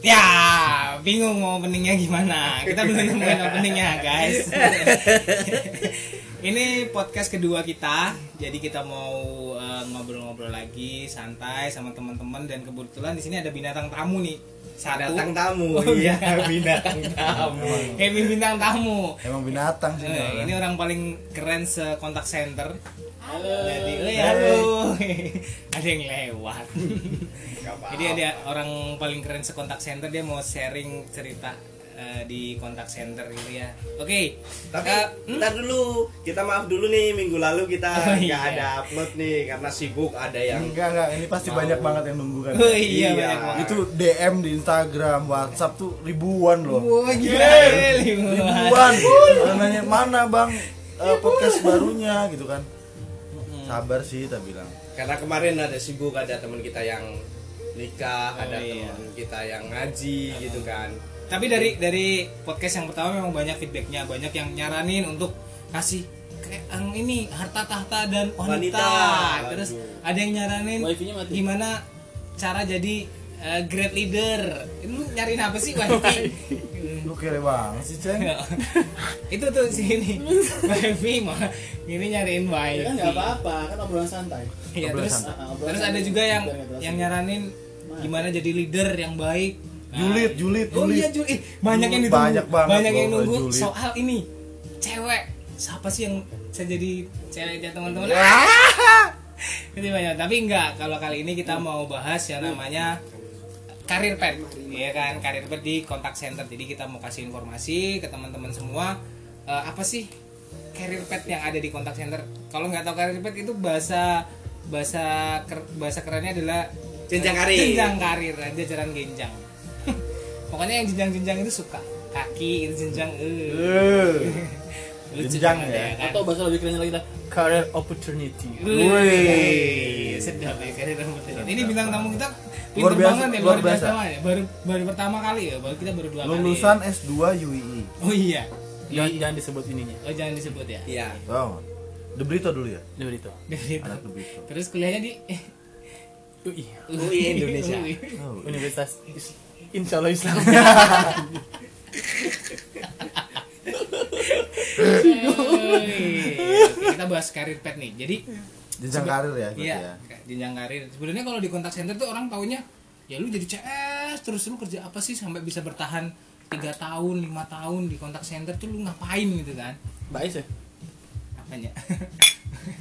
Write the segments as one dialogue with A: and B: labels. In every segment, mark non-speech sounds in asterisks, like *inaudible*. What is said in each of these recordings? A: Ya, bingung mau openingnya gimana. Kita belum nemuin openingnya, guys. Ini podcast kedua kita, jadi kita mau eh, ngobrol-ngobrol lagi, santai sama teman-teman dan kebetulan di sini ada binatang tamu nih. Satu,
B: Datang tamu,
A: Oh,
B: iya
A: binatang.
B: binatang tamu. Iya,
A: Kevin bintang tamu.
C: Emang binatang sih.
A: Eh,
C: ini
A: ini
C: orang.
A: orang paling keren se-kontak center.
D: Halo.
A: Jadi, eh,
B: Iya.
C: Hai.
A: halo. *laughs* ada yang lewat.
B: Gak apa-apa.
A: Jadi ada orang paling keren sekontak center dia mau sharing cerita eh, di kontak center gitu ya. Oke.
B: Tapi
A: Eh, hmm?
B: ntar dulu, kita maaf dulu nih minggu lalu kita
A: Oh,
B: nggak
A: iya. Hmm.
B: ada upload nih karena sibuk ada yang
C: Enggak enggak, ini pasti banyak banget yang nunggu kan.
A: Oh, iya,
B: Iya.
A: banyak banget.
C: Itu DM di Instagram, WhatsApp tuh ribuan loh.
A: Wah, Oh, gila. Ribuan.
C: Ribuan. Orang Nanya mana bang eh, podcast barunya gitu kan. Sabar sih, tak bilang.
B: karena kemarin ada sibuk ada teman kita yang nikah,
A: Oh,
B: ada
A: iya. Ah.
B: teman kita yang ngaji gitu kan.
A: Tapi dari dari podcast yang pertama memang banyak feedbacknya, banyak yang nyaranin untuk kasih kayak yang ini harta tahta dan wanita.
B: Wanita.
A: Terus
B: Aduh.
A: ada yang nyaranin
D: Wifi-nya mati.
A: gimana cara jadi eh, great leader. Lu nyariin apa sih *laughs* wifi?
C: Lu kere banget sih ceng.
D: *laughs*
A: Ya. itu tuh sini wifi mah ini nyariin
D: Ya
A: wifi
D: kan nggak apa-apa, kan obrolan santai.
A: ya,
C: Obrolan
A: terus
C: santai.
D: Ah, obrolan
A: terus
D: santai.
A: ada juga yang
D: Biar nggak terasa.
A: yang nyaranin gimana jadi leader yang baik
C: Nah. Julid, julid,
A: oh
C: julid.
A: iya julid Ih, banyak yang
C: Julid,
A: ditunggu
C: banyak banget
A: yang
C: loh,
A: nunggu
C: julid.
A: soal ini cewek siapa sih yang bisa jadi cewek ya teman-teman
C: Ah!
A: *laughs* jadi banyak tapi enggak kalau kali ini kita mau bahas yang namanya karir pet ya kan karir pet di kontak center jadi kita mau kasih informasi ke teman-teman semua eh, apa sih karir pet yang ada di kontak center kalau nggak tahu karir pet itu bahasa bahasa ker- bahasa kerennya adalah
B: Jenjang karir.
A: jenjang karir aja jalan genjang *laughs* pokoknya yang jenjang-jenjang itu suka kaki itu jenjang eh
C: Eh,
A: *laughs* Lucu
C: Jenjang
A: banget
C: ya.
A: kan?
D: Atau bahasa lebih kerennya lagi lah, career opportunity.
A: Wih, sedap ya karir rambut ini. Ini bintang tamu kita pinter
C: Luar biasa,
A: banget ya
C: luar
A: baru
C: biasa.
A: pertama ya. Baru baru pertama kali ya, baru kita baru dua kali.
C: Lulusan S2 UII.
A: Oh iya.
D: Jangan, jangan disebut ininya.
A: Oh jangan disebut ya.
B: Iya.
C: Tahu? Debrito dulu ya.
D: Dulu itu.
A: Dari itu.
C: Anak Debrito.
A: Terus kuliahnya di eh,
D: UI.
B: UI Indonesia.
C: *laughs*
A: UI.
C: Tahu.
D: Universitas Is- Insya Allah Islam. *laughs*
A: Oke, kita bahas karir pet nih. Jadi
C: Jenjang karir ya, berarti ya.
A: iya, jenjang karir. Sebenarnya kalau di kontak center tuh orang taunya ya lu jadi CS terus lu kerja apa sih sampai bisa bertahan tiga tahun lima tahun di kontak center tuh lu ngapain gitu kan
D: Mbak Is ya?
A: apanya ya?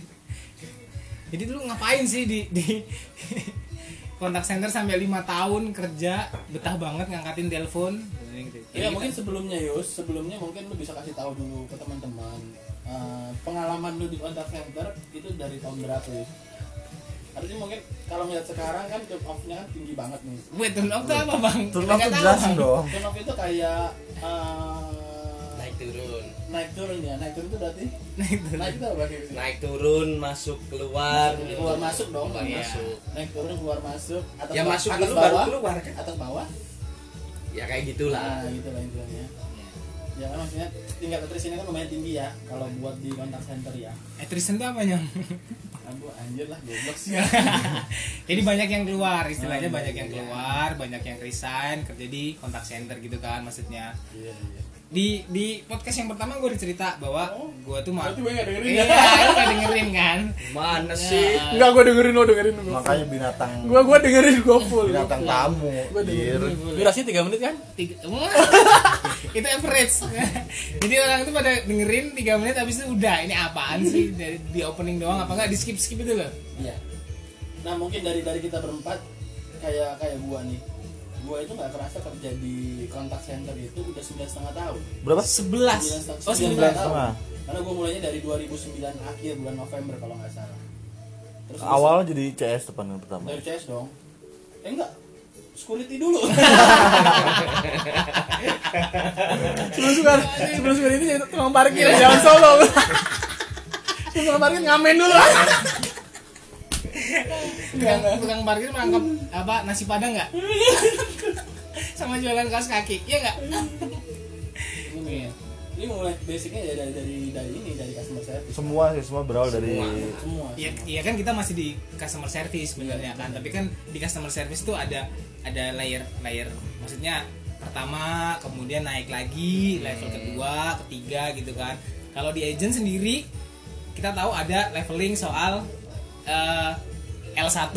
A: *laughs* jadi lu ngapain sih di di *laughs* kontak center sampai lima tahun kerja betah banget ngangkatin telepon gitu.
D: Ya mungkin sebelumnya Yus, sebelumnya mungkin lu bisa kasih tahu dulu ke teman-teman eh, pengalaman lu di kontak center itu dari tahun berapa Yus? Artinya mungkin kalau ngeliat sekarang kan turn off-nya kan tinggi banget nih.
A: Wait, turn off tuh apa bang?
C: Turun waktu
A: Nggak tahu,
C: jelasin
A: Bang.
C: dong.
D: Turn off itu kayak eh,
B: Naik turun,
D: naik turun ya, naik turun itu *laughs* berarti
A: Naik turun.
D: naik itu apa sih?
B: naik turun, masuk keluar, gitu.
D: keluar masuk dong
B: Keluar
D: iya.
B: masuk.
D: naik turun keluar masuk atas
B: Ya
D: ba-
B: masuk
D: atas
B: dulu baru
D: bawah
B: keluar. kan?
D: atas bawah
B: Ya kayak gitulah.
A: Ah,
D: nah
A: iya.
D: gitu lah intinya ya kan maksudnya tingkat attrition kan lumayan tinggi ya kalau buat di kontak center ya
A: Attrition tuh apa nyam?
D: aduh anjir lah goblok sih
A: *laughs* Jadi banyak yang keluar, istilahnya
D: Oh, iya,
A: banyak yang
D: iya.
A: keluar, banyak yang resign kerja di kontak center gitu kan maksudnya.
D: iya iya
A: Di di podcast yang pertama gue udah cerita bahwa
D: Oh,
A: gue tuh mah
D: berarti gue nggak dengerin
A: Iya,
D: ya?
A: lu nggak dengerin kan?
B: Mana sih?
A: Nah,
D: enggak gue dengerin lo dengerin
C: Makanya binatang
D: gue dengerin gue full
C: binatang tamu.
D: Gua dengerin.
C: Dir.
D: durasinya tiga menit kan
A: tiga, Wah, itu average *laughs* jadi orang itu pada dengerin tiga menit habis itu udah ini apaan sih dari di opening doang apa enggak di skip skip itu loh
D: iya nah mungkin dari dari kita berempat kayak kayak gua nih gua itu nggak kerasa kerja di kontak center itu udah sembilan setengah tahun
C: Berapa?
A: sebelas oh
C: Sembilan
A: sembilan
C: setengah.
D: Karena gue mulainya dari 2009 akhir bulan November kalau nggak salah. Terus
C: Awalnya jadi CS depan yang pertama.
D: dari CS dong. Eh enggak. Security dulu.
A: *laughs*
D: sebelum suka sebelum suka ini jadi tukang parkir *laughs* jangan solo. Sebelum tukang parkir ngamen dulu.
A: *laughs* tukang, tukang parkir menangkap apa nasi padang nggak sama jualan kaos kaki iya nggak
D: Ini ya.
E: Ini mulai basicnya ya dari dari dari ini dari customer service.
C: semua sih semua berawal dari
E: Semua.
A: Ya, ya kan kita masih di customer service sebenarnya kan, tapi kan di customer service itu ada ada layer layer maksudnya pertama, kemudian naik lagi level kedua, ketiga gitu kan. Kalau di agent sendiri kita tahu ada leveling soal eh, L1,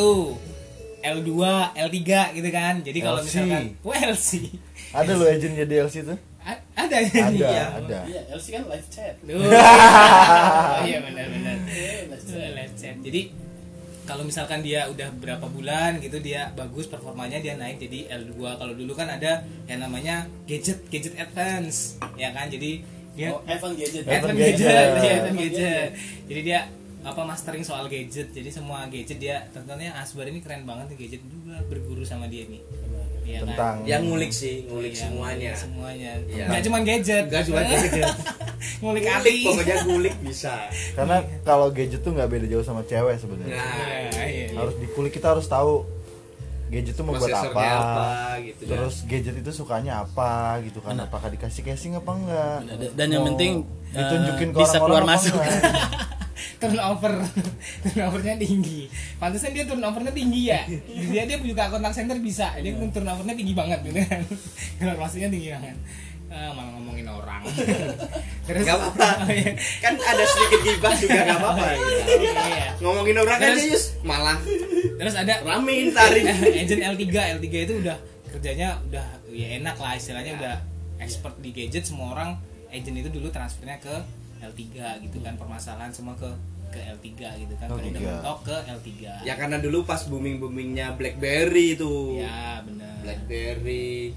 A: L2, L3 gitu kan. Jadi kalau
C: LC.
A: misalkan wah LC
C: ada lo agent jadi LC tuh
A: A- ada
C: ada
A: iya.
C: ada
E: Iya, LC kan live chat.
A: Duh. *laughs* Oh, iya benar-benar.
E: Iya, live chat.
A: Lecet. Jadi kalau misalkan dia udah berapa bulan gitu dia bagus performanya dia naik jadi L2. Kalau dulu kan ada yang namanya gadget gadget advance ya kan. Jadi dia
E: Oh, Evan gadget.
A: advance
C: Advance
A: gadget, *laughs*
C: gadget.
A: iya, advance gadget. Jadi dia apa mastering soal gadget. Jadi semua gadget dia tentunya Asbar ini keren banget nih gadget juga berguru sama dia nih. Iya kan?
D: nah,
C: tentang
B: yang Ya, ngulik sih ngulik
A: Iya,
B: semuanya
A: Semuanya.
B: Iya.
A: Nggak cuman gadget.
B: Nggak
A: *laughs*
B: cuman gadget.
A: Ngulik
B: ngulik
A: hati.
B: pokoknya ngulik bisa
C: karena kalau gadget tuh nggak beda jauh sama cewek sebenarnya
B: nah
A: Iya, iya, iya.
C: harus dikulik kita harus tahu gadget tuh mau buat apa,
B: Prosesornya apa,
D: ya.
B: gitu kan.
C: terus gadget itu sukanya apa gitu kan apakah dikasih casing apa enggak
D: Benar. Dan yang
C: Mau
D: penting,
C: ditunjukin
D: eh,
C: ke
D: bisa
C: orang-orang
D: keluar
C: apa
D: masuk.
C: enggak?
A: turnover *laughs* turnovernya tinggi pantesan dia turnovernya tinggi ya dia dia juga kontak center bisa dia turnovernya tinggi banget gitu kan *laughs* keluar masuknya tinggi banget Ah, malah ngomongin orang terus
B: Gak apa-apa.
A: *laughs* Oh, iya.
B: kan ada sedikit gibah juga gak apa-apa gitu.
A: Iya.
B: ngomongin orang aja
A: Terus-
B: Yus malah
A: terus ada *laughs*
B: ramein tarik
A: agent L3 L3 itu udah kerjanya udah ya enak lah istilahnya udah expert di gadget semua orang agent itu dulu transfernya ke L3 gitu kan permasalahan semua ke ke L3 gitu kan kalau
C: L3.
A: udah mentok ke L3
B: ya karena dulu pas booming boomingnya BlackBerry itu
A: ya benar
B: BlackBerry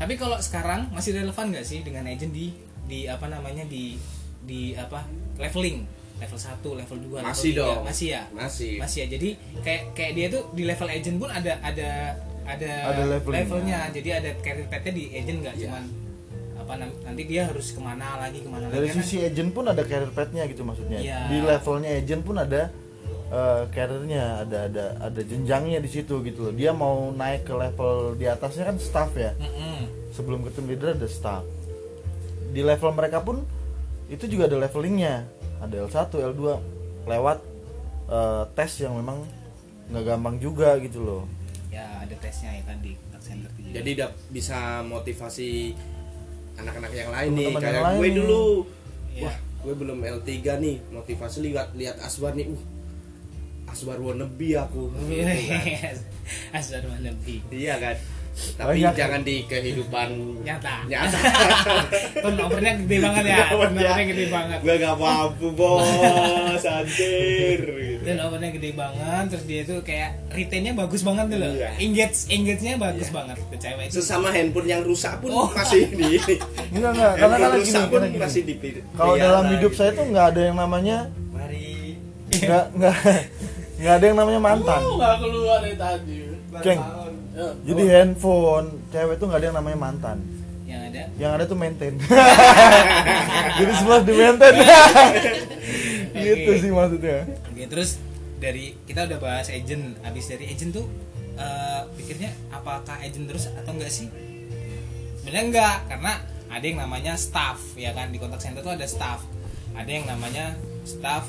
A: Tapi kalau sekarang masih relevan nggak sih dengan agent di di apa namanya di di apa leveling level 1, level 2,
B: Masih
A: level 3.
B: dong.
A: Masih ya?
B: Nah, Masih.
A: Masih ya. Jadi kayak kayak dia tuh di level agent pun ada ada ada,
C: Ada levelingnya.
A: levelnya. Jadi ada career path-nya di agent nggak
B: Iya.
A: cuman apa nam- nanti dia harus kemana lagi kemana
C: dari
A: lagi kan? Karena-
C: sisi agent pun ada career path-nya gitu maksudnya
A: Iya.
C: di levelnya agent pun ada eh, career-nya ada ada ada jenjangnya di situ gitu loh dia mau naik ke level di atasnya kan staff ya
B: Hmm.
A: Mm-mm.
C: sebelum ke team leader ada staff di level mereka pun itu juga ada levelingnya ada L1 L2 lewat eh, tes yang memang nggak gampang juga gitu loh
A: ya ada tesnya ya kan di contact center di-
B: jadi udah bisa motivasi anak-anak yang lain nih
C: Teman-teman
B: kayak
C: yang
B: gue
C: lain.
B: dulu
A: Iya.
B: wah gue belum L3 nih motivasi lihat lihat Aswar nih uh Aswar wannabe aku Gitu kan.
A: *laughs* Yes. Asal mana lebih
B: iya kan tapi
C: Banyak.
B: jangan di kehidupan
A: Nyata.
B: nyata
A: turnovernya *laughs* gede banget
B: *laughs* Iya,
A: ya turnovernya gede banget
B: gue gak mampu bos anjir gitu.
A: dan opennya gede banget terus dia tuh kayak retainnya bagus banget tuh loh
B: Iya.
A: engage engage-nya bagus banget tuh cewek itu
B: sesama handphone yang rusak pun
A: Oh.
B: masih di
C: enggak enggak *laughs*
B: handphone
C: karena karena gini,
B: rusak pun
C: karena gini.
B: masih Iya, dipilih
C: kalau dalam
B: gitu
C: hidup saya
B: ya.
C: tuh nggak ada yang namanya
B: mari
C: nggak nggak *laughs* nggak ada yang namanya mantan
E: Oh, nggak keluar dari tadi.
C: Geng.
E: Eh,
C: jadi handphone cewek tuh nggak ada yang namanya mantan
A: yang ada
C: yang ada tuh maintain *laughs* jadi semua di maintain gitu sih maksudnya
A: oke terus dari kita udah bahas agent abis dari agent tuh eh, pikirnya apakah agent terus atau enggak sih sebenarnya enggak karena ada yang namanya staff ya kan di kontak center tuh ada staff ada yang namanya staff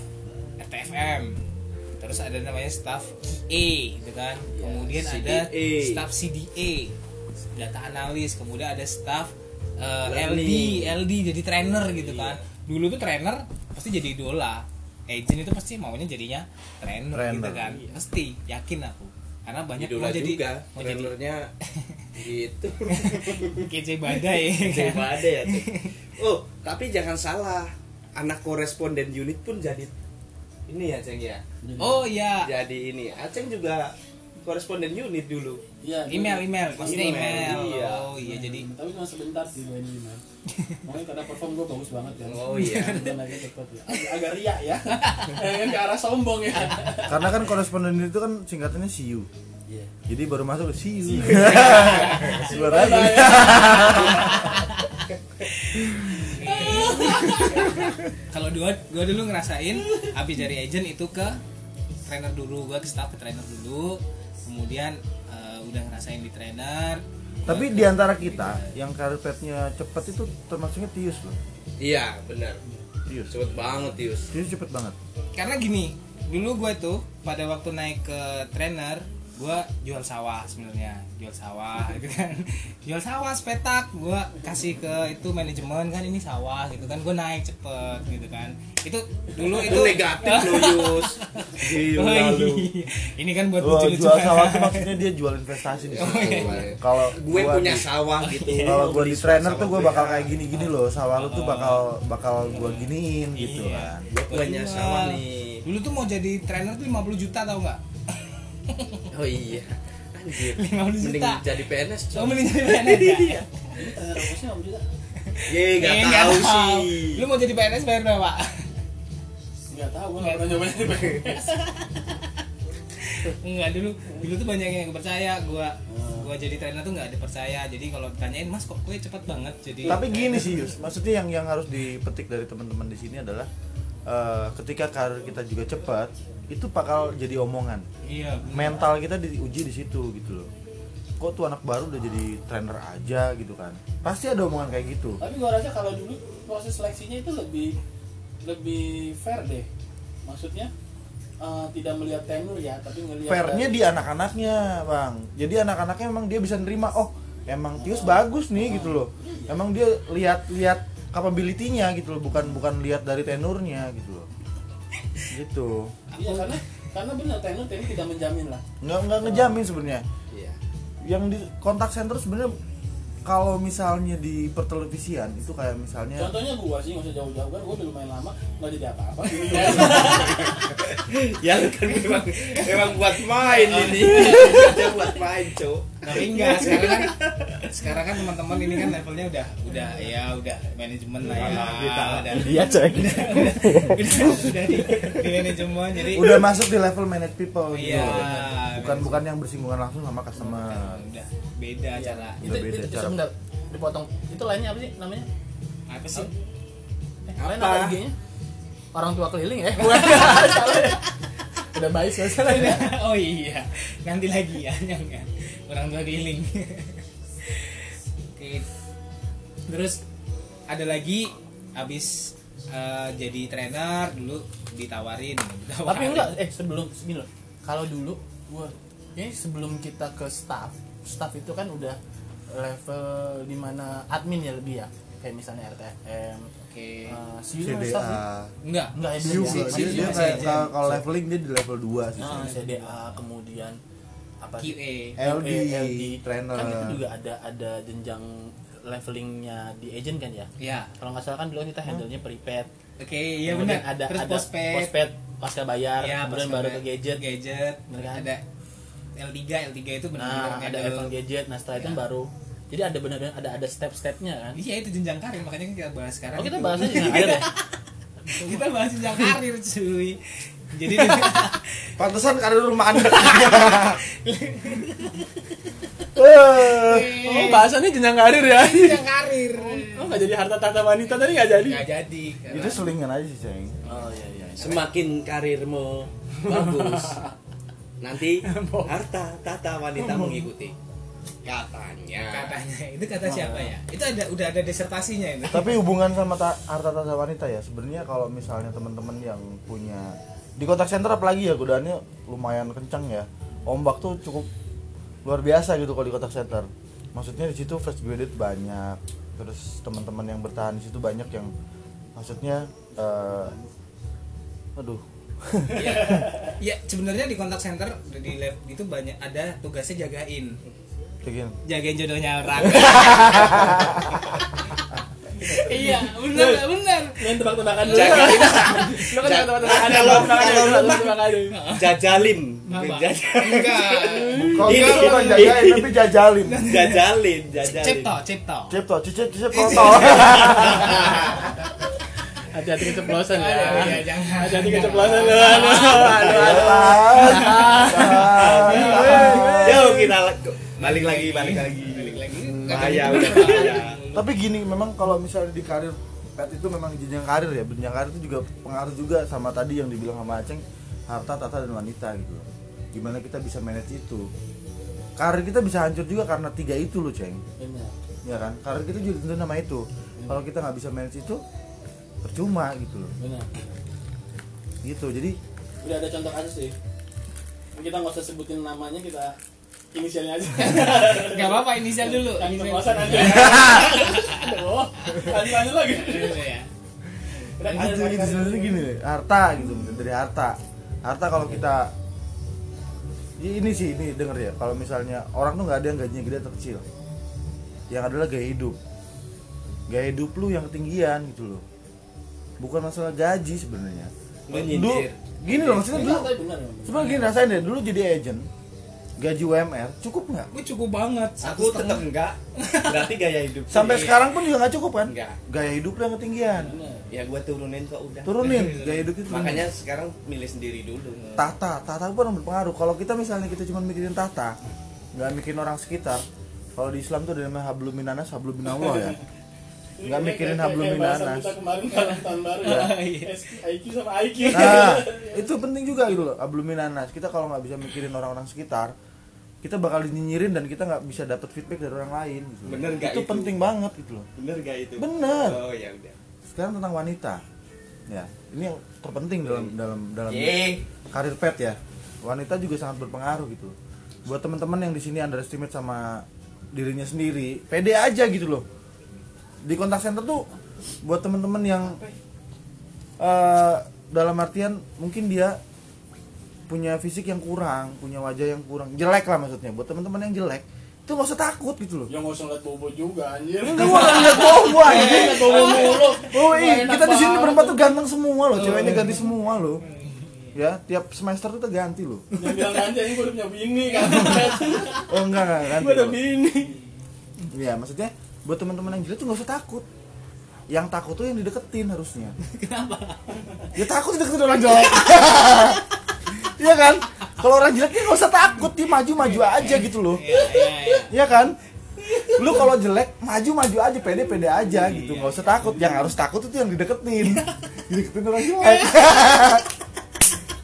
A: RTFM terus ada namanya staff QA gitu kan kemudian ada
B: CDA.
A: staff CDA data analis kemudian ada staff eh, LD
B: Learning.
A: LD jadi trainer gitu kan dulu tuh trainer pasti jadi idola agent itu pasti maunya jadinya trainer, gitu
C: Trainer.
A: kan pasti yakin aku karena banyak mau
B: idola
A: jadi
B: Gitu juga
A: mau jadi *laughs*
B: trainernya gitu
A: kece badai kan?
B: coba ada ya Cek. oh tapi jangan salah anak koresponden unit pun jadi ini ya ceng ya
A: oh iya
B: jadi ini aceng juga koresponden unit dulu
E: Iya,
A: email email maksudnya
B: Email,
A: email
B: iya.
A: oh iya
D: Hmm,
A: jadi
E: tapi cuma sebentar sih gue ini man mungkin karena perform gue bagus banget ya
B: Oh, iya.
D: *laughs*
E: Sebentar lagi cepet ya Ag- agak riak ya
D: eh,
E: pengen ke arah sombong ya
C: karena kan koresponden itu kan singkatannya siu
E: Iya.
C: jadi baru masuk siu *laughs*
E: Bye
C: suaranya
E: bye.
A: kalau dua gua dulu ngerasain habis dari agent itu ke trainer dulu gua ke staff ke trainer dulu kemudian eh, udah ngerasain di trainer
C: Tapi di antara kita yang karir petnya cepet itu termasuknya Tius loh.
B: iya benar
C: Tius.
B: cepet banget Tius
C: Tius cepet banget.
A: karena gini dulu gue tuh pada waktu naik ke trainer gue jual sawah sebenarnya jual sawah *laughs* gitu kan jual sawah sepetak gue kasih ke itu manajemen kan ini sawah gitu kan gue naik cepet gitu kan itu dulu
B: itu
A: itu
B: negatif loh Yus
A: *laughs* Oh,
B: gila lu
A: iya. ini kan buat
C: Loh,
A: lucu-lucu
C: jual sawah
A: *laughs*
C: tuh maksudnya dia jual investasi di situ.
B: iya.
C: Kalau
B: gue
C: gua
B: punya
C: di-
B: sawah gitu
C: Iya. kalau gua ya. Oh. di trainer tuh
B: Sawah
C: gue bakal kayak gitu. gini gini loh sawah lu tuh bakal bakal gua giniin gitu kan
B: gue punya
A: Iya. Jual.
B: sawah nih
A: dulu tuh mau jadi trainer tuh 50 juta tau nggak
B: oh iya anjir
A: 50
B: mending
A: juta.
B: jadi PNS
A: lo
B: coy
A: mending
C: *laughs*
A: jadi PNS
C: Iya,
A: ya?
D: Eh, rumusnya om juga
B: ye gak
A: Eh, nggak
B: tahu
A: tahu.
B: sih
A: lu mau jadi PNS bayar berapa
D: nggak tahu gue nggak pernah nyobain *laughs* di PNS
A: Enggak dulu dulu tuh banyak yang percaya gua
C: Hmm.
A: gua jadi trainer tuh nggak ada percaya jadi kalau ditanyain mas kok gue cepet banget jadi
C: tapi gini sih Yus maksudnya yang yang harus dipetik dari teman-teman di sini adalah eh, ketika karir kita juga cepat itu bakal jadi omongan
A: iya
C: mental kita diuji di situ gitu loh kok tuh anak baru udah jadi trainer aja gitu kan pasti ada omongan kayak gitu
D: tapi gue rasa kalau dulu proses seleksinya itu lebih lebih fair deh maksudnya eh, tidak melihat tenur ya tapi
C: Iya.
D: ngelihat
C: fairnya
D: dari-
C: di anak-anaknya bang jadi anak-anaknya emang dia bisa nerima oh emang Tius bagus nih gitu loh emang dia lihat-lihat capability-nya gitu loh bukan bukan lihat dari tenurnya gitu loh gitu
D: iya karena karena benar tenur tenur tidak menjamin lah
C: nggak nggak ngejamin sebenarnya
B: iya
C: yang di kontak center sebenarnya kalau misalnya di pertelevisian itu kayak misalnya
D: contohnya gue sih nggak usah jauh-jauh kan gue udah lumayan lama nggak jadi apa-apa
B: ya lu kan memang memang buat main ini *laughs* dia buat main cow
A: tapi enggak sekarang kan sekarang kan teman-teman ini kan levelnya udah udah ya udah manajemen lah ya udah
C: dia cek
A: udah, udah di, di manajemen jadi
C: *laughs* udah masuk di level manage people
A: Iya.
C: gitu loh. bukan bukan yang bersinggungan langsung sama customer
A: udah beda cara
D: itu
C: beda
D: itu
C: cara.
D: sebentar dipotong itu lainnya apa sih namanya
A: apa sih
D: eh, lain apa
B: Apa?
D: IG-nya orang tua keliling ya *laughs* Bukan. udah baik ya salah ya
A: *laughs* oh iya nanti lagi ya jangan orang tua keliling *laughs* oke terus ada lagi abis eh, jadi trainer dulu ditawarin, ditawarin.
D: tapi enggak eh sebelum gini loh kalau dulu gua ini sebelum kita ke staff staff itu kan udah level dimana admin ya lebih ya kayak misalnya RTM
A: oke
D: eh, CU kan staff sih?
C: CDA
A: enggak
D: enggak ya
C: Siu,
D: belum ya.
C: dia,
A: Siu,
C: dia
A: Siu,
C: kayak
A: Siu.
C: kalau kalau leveling dia di level 2 sih.
D: Nah, CDA kemudian apa sih?
A: QA
C: LD,
D: LD.
C: trainer.
D: kan itu juga ada ada jenjang levelingnya di agent kan ya
A: ya
D: kalau nggak salah kan dulu kita handle nya prepaid
A: oke iya
D: Kemudian
A: benar
D: ada
A: terus
D: ada
A: prospek
D: postpaid pasca bayar
A: ya
D: kemudian
A: prospek.
D: baru ke gadget
A: gadget
D: Bener kan?
A: ada L3 L3 itu benar-benar
D: nah ada
A: handle-
D: level gadget nah setelah itu
A: Ya.
D: baru jadi ada benar-benar ada ada step-stepnya kan
A: iya itu jenjang karir makanya kita bahas sekarang
D: oh kita
A: itu.
D: bahas
A: *laughs*
D: aja *laughs* nggak ada deh
A: kita bahas jenjang karir cuy
D: *laughs*
A: jadi
C: Pantesan karir rumah Anda. Eh.
D: oh bahasannya jenjang karir ya *laughs*
A: jenjang karir
D: oh nggak jadi harta tahta wanita tadi nggak jadi
A: nggak jadi karena-
C: itu selingan aja sih, Ceng.
D: oh iya iya iya.
B: semakin karirmu bagus nanti harta tata wanita mengikuti katanya
A: katanya itu
D: Oh.
A: kata siapa ya itu ada udah ada disertasinya itu
C: Tapi hubungan sama ta- harta tata wanita ya, sebenarnya kalau misalnya teman-teman yang punya di kontak center apalagi ya godaannya lumayan kencang ya. Ombak tuh cukup luar biasa gitu kalau di kontak center. Maksudnya di situ fresh graduate banyak, terus teman-teman yang bertahan di situ banyak yang maksudnya eh, aduh
A: ya sebenarnya di kontak center di lab itu banyak ada tugasnya jagain
C: kayak gini.
A: jagain jodohnya
D: *laughs*
A: orang iya benar benar
D: Jangan tebak-tebakan dulu.
B: Jangan.
D: Lu kan jangan tebak-tebakan.
B: Jangan.
D: Jangan tebak-tebakan dulu,
B: Jangan.
D: jangan tebak-tebakan dulu.
B: jajalim
A: Apa?
B: Jaja-
A: enggak
C: Kalau
B: Ini-
C: enggak bukan jagain tapi jajalin.
B: jajalin jajalin
A: cipto cipto
C: Cipto, cicip, cicip, *laughs* Iya toto.
D: Hati-hati keceplosan ya.
A: Aduh, iya, jangan.
D: Hati-hati keceplosan lu. Aduh,
C: kan?
D: aduh, aduh.
C: Iya kan?
B: yuk kita la- balik lagi balik lagi
A: balik lagi
B: bahaya udah bahaya
C: Tapi gini, memang kalau misalnya di karir pet itu memang jenjang karir ya. Jenjang karir itu juga pengaruh juga sama tadi yang dibilang sama Aceng, harta, tata dan wanita gitu. Gimana kita bisa manage itu? karir kita bisa hancur juga karena tiga itu loh ceng
E: benar
C: ya kan karir kita juga tentu nama itu kalau kita nggak bisa manage itu percuma gitu loh
E: benar
C: gitu jadi
E: udah ada contoh kasus sih kita nggak usah sebutin namanya kita inisialnya aja
A: Gak apa-apa inisial dulu.
E: yang
A: Inisial.
E: keceplosan aja
B: Iya.
E: Aduh, lanjut lanjut lagi
A: Dulu ya.
E: Udah, ada
C: itu itu
E: kasus.
C: sebenarnya gini deh, harta gitu dari harta harta kalau kita Ya, ini sih ini denger ya kalau misalnya orang tuh nggak ada yang gajinya gede atau kecil yang adalah gaya hidup gaya hidup lu yang ketinggian gitu loh bukan masalah gaji sebenarnya
B: Lu
C: Dulu-
B: nyindir.
C: gini loh maksudnya
E: Ini
C: dulu
E: santai benar memang.
C: sebenarnya gini rasain deh dulu jadi agent gaji UMR cukup nggak
A: Gue cukup banget.
B: aku tetap enggak berarti gaya hidup
C: sampai
B: Iya.
C: sekarang pun juga nggak cukup kan
B: Nggak.
C: gaya hidup lu yang ketinggian
E: Benar.
B: ya gua turunin kok udah
C: turunin gaya hidup itu turunin.
B: Iya. makanya sekarang milih sendiri dulu
C: tahta tahta itu kan berpengaruh kalau kita misalnya kita cuma mikirin tahta nggak mikirin orang sekitar kalau di Islam tuh ada namanya hablum minanas hablum minallah ya nggak
D: iya,
E: Ini
C: mikirin
E: kayak-
C: hablum
E: kayak bahasa
C: minanas
E: kita kemarin kalau tahun baru ya SQ, IQ sama IQ
C: nah itu penting juga gitu loh hablum minanas kita kalau nggak bisa mikirin orang-orang sekitar kita bakal nyinyirin dan kita nggak bisa dapat feedback dari orang lain gitu. loh.
B: Bener nggak
C: itu,
B: itu?
C: penting banget gitu loh
B: bener gak itu
C: Bener.
B: oh ya udah
C: sekarang tentang wanita ya ini yang terpenting dalam dalam dalam
B: Yeay.
C: karir pet ya wanita juga sangat berpengaruh gitu loh. buat teman-teman yang di sini underestimate sama dirinya sendiri pede aja gitu loh di kontak center tuh buat teman-teman yang eh, dalam artian mungkin dia punya fisik yang kurang punya wajah yang kurang jelek lah maksudnya buat teman-teman yang jelek itu nggak usah takut gitu loh
E: Ya nggak usah ngeliat bobo juga anjir
C: Ini gua nggak ngeliat bobo anjing.
E: Ngeliat bobo mulu
C: Oh, iya,
E: Enak
C: kita di sini
E: banget.
C: berempat tuh ganteng semua loh, ceweknya ganti semua loh. Ya, tiap semester tuh kita ganti loh.
E: Yang bilang nanti ini gue udah punya bini kan
C: Oh enggak enggak ganti.
E: Gue udah
C: loh.
E: bini
C: Iya, maksudnya buat teman-teman yang gila tuh nggak usah takut. Yang takut tuh yang dideketin harusnya. Kenapa? Ya takut dideketin orang jelek. Iya kan? Kalau orang jelek dia nggak usah takut, dia maju-maju aja gitu loh.
A: Iya, iya, iya.
C: Iya kan? Lu kalau jelek maju-maju aja, pede-pede aja
A: Iya,
C: gitu, nggak usah takut. Yang harus takut itu yang dideketin, *laughs* dideketin orang jelek. *laughs*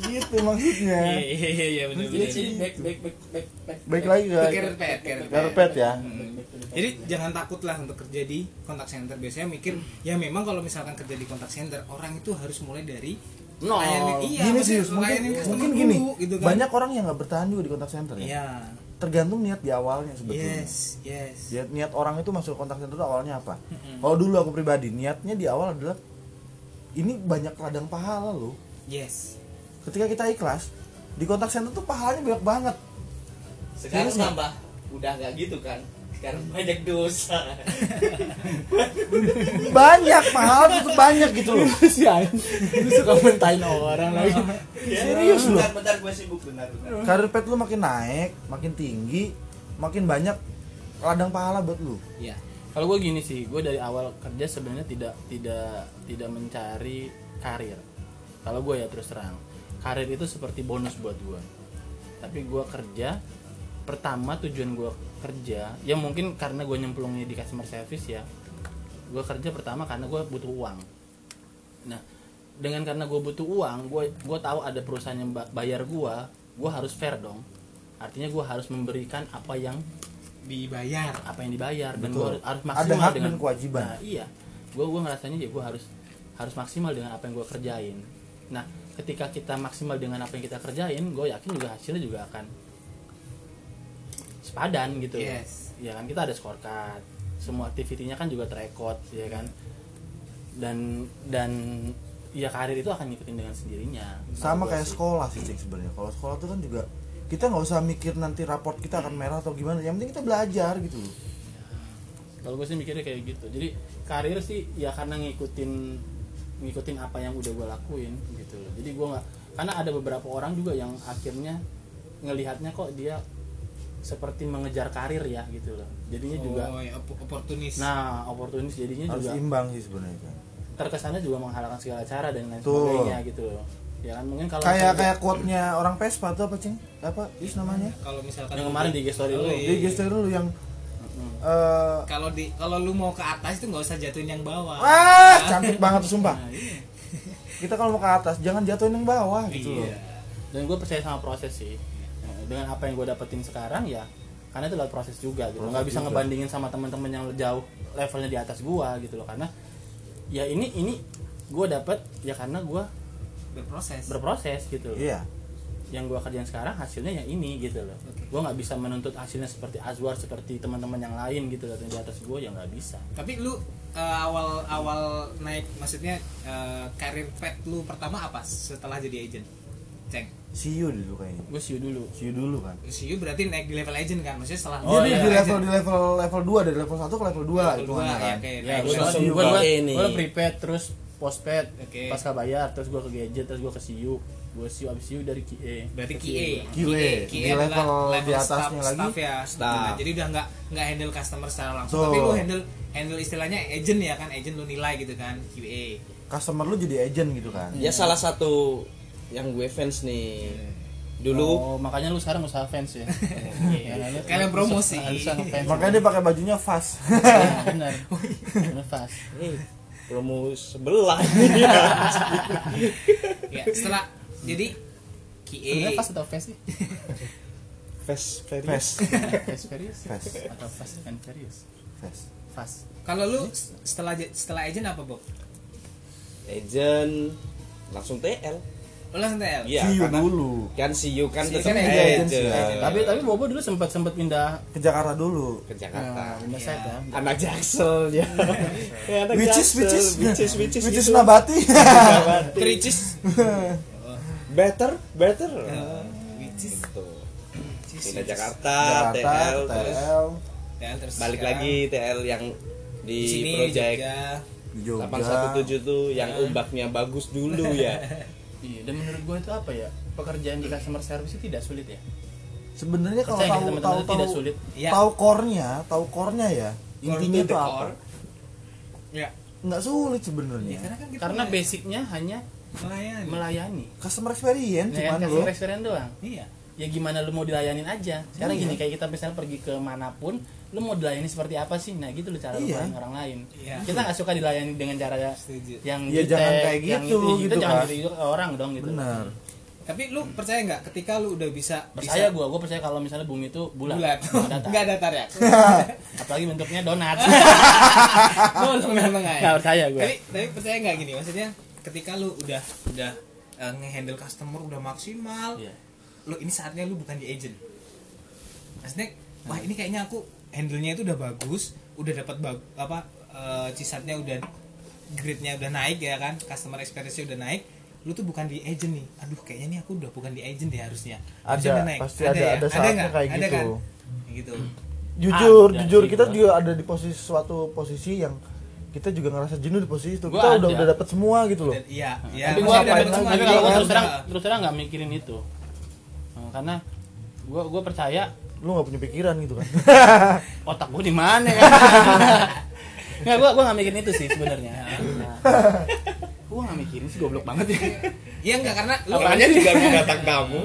C: gitu maksudnya.
A: Iya, iya, iya, iya, bener,
E: Jadi
A: bener.
E: jadi back back back back back
C: Baik lagi ke
A: Itu Carrier pet, carrier pet.
C: karpet ya.
A: Hmm. Jadi jangan takutlah untuk kerja di kontak center. Biasanya mikir ya memang kalau misalkan kerja di kontak center orang itu harus mulai dari
E: Nol.
A: layanin- iya,
C: gini sih,
A: maksudnya
C: mungkin,
A: layanin customer
C: mungkin
A: dulu,
C: gini.
A: gitu kan.
C: Banyak orang yang nggak bertahan juga di kontak center ya.
A: Iya.
C: Tergantung niat di awalnya sebetulnya.
A: Yes, yes.
C: Niat, niat orang itu masuk kontak center itu awalnya apa? Kalau dulu aku pribadi, niatnya di awal adalah ini banyak ladang pahala loh.
A: Yes.
C: ketika kita ikhlas di kontak center tuh pahalanya banyak banget
B: *laughs* sekarang
C: Serius nggak?
B: nambah udah nggak gitu kan sekarang banyak
C: *laughs*
B: dosa
C: banyak pahala tuh banyak gitu loh
D: si Ain lu suka mentain orang lagi
C: serius loh
B: bentar bentar gue Ya, sibuk bentar bentar
C: karir pet lu makin naik makin tinggi makin banyak ladang pahala buat lu
D: ya kalau gue gini sih gue dari awal kerja sebenarnya tidak tidak tidak mencari karir kalau gue ya terus terang karir itu seperti bonus buat gue tapi gue kerja pertama tujuan gue kerja ya mungkin karena gue nyemplungnya di customer service ya gue kerja pertama karena gue butuh uang nah dengan karena gue butuh uang gue gue tahu ada perusahaan yang ba- bayar gue gue harus fair dong artinya gue harus memberikan apa yang
A: Dibayar.
D: apa yang dibayar dan
C: Betul.
D: gue harus
C: Ada
D: maksimal
C: hak
D: dengan
C: dan kewajiban.
D: Nah, iya gue gue ngerasanya ya gue harus harus maksimal dengan apa yang gue kerjain nah ketika kita maksimal dengan apa yang kita kerjain gue yakin juga hasilnya juga akan sepadan gitu
A: Yes.
D: ya kan kita ada scorecard semua aktivitinya kan juga terekod ya kan dan dan ya karir itu akan ngikutin dengan sendirinya
C: sama
D: Kalau gua
C: kayak
D: sih.
C: sekolah sih cek sebenarnya kalau sekolah tuh kan juga kita nggak usah mikir nanti raport kita akan merah atau gimana yang penting kita belajar gitu loh
D: kalau gue sih mikirnya kayak gitu jadi karir sih ya karena ngikutin ngikutin apa yang udah gue lakuin gitu loh jadi gue nggak karena ada beberapa orang juga yang akhirnya ngelihatnya kok dia seperti mengejar karir ya gitu loh jadinya juga
A: Oh, ya, op- oportunis.
D: nah oportunis jadinya
C: harus
D: juga
C: imbang sih sebenarnya kan.
D: terkesannya juga menghalalkan segala cara dan lain
C: Tuh.
D: sebagainya gitu loh ya kan mungkin kalau
C: kayak
D: misalnya-
C: kayak quote-nya orang Vespa tuh apa cing apa is namanya
A: Kalau misalkan
D: Yang kemarin di IG story
A: Oh,
D: lu.
A: iya.
C: di gesture dulu yang eh
A: kalau di kalau lu mau ke atas itu nggak usah jatuhin yang bawah.
C: Wah, ah, cantik banget tuh sumpah.
D: Nah,
C: Kita kalau mau ke atas jangan jatuhin yang bawah gitu loh.
A: Iya.
D: dan gue percaya sama proses sih Nah, dengan apa yang gue dapetin sekarang ya karena itu adalah proses juga gitu nggak bisa ngebandingin sama teman-teman yang jauh levelnya di atas gua gitu loh karena ya ini ini gua dapat ya karena gua
A: berproses
D: berproses gitu loh
C: iya
D: yang gua kerjain sekarang hasilnya yang ini gitu loh
A: Oke.
D: gua nggak bisa menuntut hasilnya seperti Azwar seperti teman-teman yang lain gitu loh yang di atas gua ya nggak bisa
A: tapi lu eh, awal awal naik maksudnya eh, karir pet lu pertama apa setelah jadi agent ceng
C: see you dulu kayaknya
D: gue siu dulu
C: see you dulu kan
A: MCU berarti naik di level agent kan maksudnya setelah
D: Oh,
A: jadi
C: dia
D: iya.
C: di
A: agent.
C: level di level level 2 dari level 1 ke level
A: Level
C: 2 itu
A: dua,
C: kan.
A: ya, kayak
D: ya
A: naik
D: gue
A: level.
B: langsung
D: gue
B: buka
D: gue
B: ini.
D: gue prepaid terus postpaid
A: Oke.
D: pasca bayar terus gue ke gadget terus gue ke siu gue siu abis siu dari kie
A: berarti E
D: Ke
A: QA
D: gua.
C: QA.
A: QA
C: Di
A: adalah
C: level di
A: staff-
C: atasnya lagi,
A: staff ya
B: staff.
A: jadi udah nggak nggak handle customer secara langsung
C: Tuh.
A: tapi lu handle handle istilahnya agent ya kan agent lu nilai gitu kan QA
C: customer lu jadi agent gitu kan
B: Ya salah satu yang gue fans nih. Dulu
D: oh, makanya lu sekarang usaha fans ya Iya,
A: Kalian promosi.
D: harus ngefans
C: makanya dia pakai bajunya fast *laughs*
D: Iya, benar nefas
B: eh, promo sebelah.
C: *laughs*
A: ya setelah jadi
D: sebenarnya
A: QA
D: fast atau fans sih
B: Fast
C: fast
D: fans serius
C: Fast.
D: atau fast and serius
C: fast
D: fast
A: kalau lu setelah setelah agent apa Bob
B: Agent langsung TL.
A: lu langsung TL
B: Iya,
C: see you
B: karena-
C: dulu
B: Kan see you kan
A: See you
B: tetap
A: kan
B: agent.
A: agent.
B: Eh.
D: tapi tapi bobo dulu sempat sempat pindah
C: ke Jakarta dulu
B: ke
D: nah,
B: Jakarta.
D: pindah set ya
B: Anak Jaksel dia. Ya, anak
C: Iya, which is
B: Jaksel,
C: which is
B: which is which is
C: which is
B: gitu.
C: nabati
B: Nabati.
A: Tricis
B: Better, better.
A: Iya. Tricis
B: Gitu. Pindah Jakarta,
C: Jakarta
B: TL, terus
C: TL
D: Ya,
A: TL terus
B: balik
A: sekarang
B: lagi TL yang
A: Iya.
B: di
A: di sini
B: project
A: Jogja.
C: di Jogja
B: 817 tuh yang ombaknya bagus dulu ya.
D: Iya, dan menurut gue itu apa ya pekerjaan di customer service itu tidak sulit ya
C: sebenarnya kalau
D: Percaya nggak
C: tahu
D: teman-teman
C: tahu
D: itu
C: tahu
D: tidak sulit?
A: Iya.
C: tahu core-nya tahu core-nya ya
A: Core
C: intinya
A: to
C: itu
A: the
C: apa
A: core. ya
C: nggak sulit
A: Ya, karena kan kita
C: sebenarnya
D: Iya. karena
A: melayani.
D: basicnya hanya
A: melayani
D: melayani
C: customer experience Kan
D: Nah,
C: cuman
D: kasih
C: lo
D: restoran doang
A: iya
D: ya gimana lu mau dilayanin aja sekarang
C: Iya.
D: gini kayak kita misalnya pergi ke manapun lu mau dilayani seperti apa sih nah gitu lu cara lu
C: Iya.
D: layanin orang lain
A: Iya.
D: kita nggak suka dilayani dengan cara
A: Setuju.
D: yang
C: Ya,
D: jutek,
C: jangan kayak
D: yang
C: gitu,
D: itu, kita
C: gitu
D: jangan
C: kan.
D: gitu, gitu ke orang dong gitu
C: benar
A: tapi lu percaya nggak ketika lu udah bisa
D: percaya
A: bisa
D: gua gua percaya kalau misalnya bumi itu bulat,
A: bulat
D: nggak
A: *laughs*
D: datar.
A: nggak datar
D: *laughs*
A: ya
D: apalagi bentuknya
A: *laughs*
D: donat
A: bolong memang
D: nggak percaya gua
A: tapi tapi percaya nggak gini maksudnya ketika lu udah udah eh, ngehandle customer udah maksimal
D: Iya.
A: lu ini saatnya lu bukan di agent maksudnya wah ini kayaknya aku handle nya itu udah bagus udah dapat bag- apa eh, cisatnya udah grade nya udah naik ya kan customer experience nya udah naik lu tuh bukan di agent nih aduh kayaknya nih aku udah bukan di agent deh harusnya Harusnya
C: Ada,
A: udah naik.
C: pasti ada- ada saatnya
A: nggak?
C: kayak
A: Ada
C: gitu.
A: kan? Kayak gitu
C: jujur
D: Ada
C: jujur
D: sih,
C: kita
D: gua.
C: juga ada di posisi suatu posisi yang kita juga ngerasa jenuh di posisi itu
D: Gua
C: kita udah
D: ada.
C: udah dapet semua gitu loh
A: Dan- iya iya
D: tapi
A: maksudnya
D: gua
A: udah dapat
D: tapi
A: semua,
D: kalau gua
A: gitu.
D: terus terang terus terang nggak mikirin itu Nah, karena gua gua percaya
C: lu nggak punya pikiran gitu
D: *laughs*
C: kan
D: otak gue di mana ya? *laughs* Nggak, gue gue nggak mikirin itu sih
A: *laughs*
D: sebenarnya. Nah, gue nggak mikirin sih goblok banget ya.
A: iya enggak karena lu
B: Makanya tidak binatang kamu.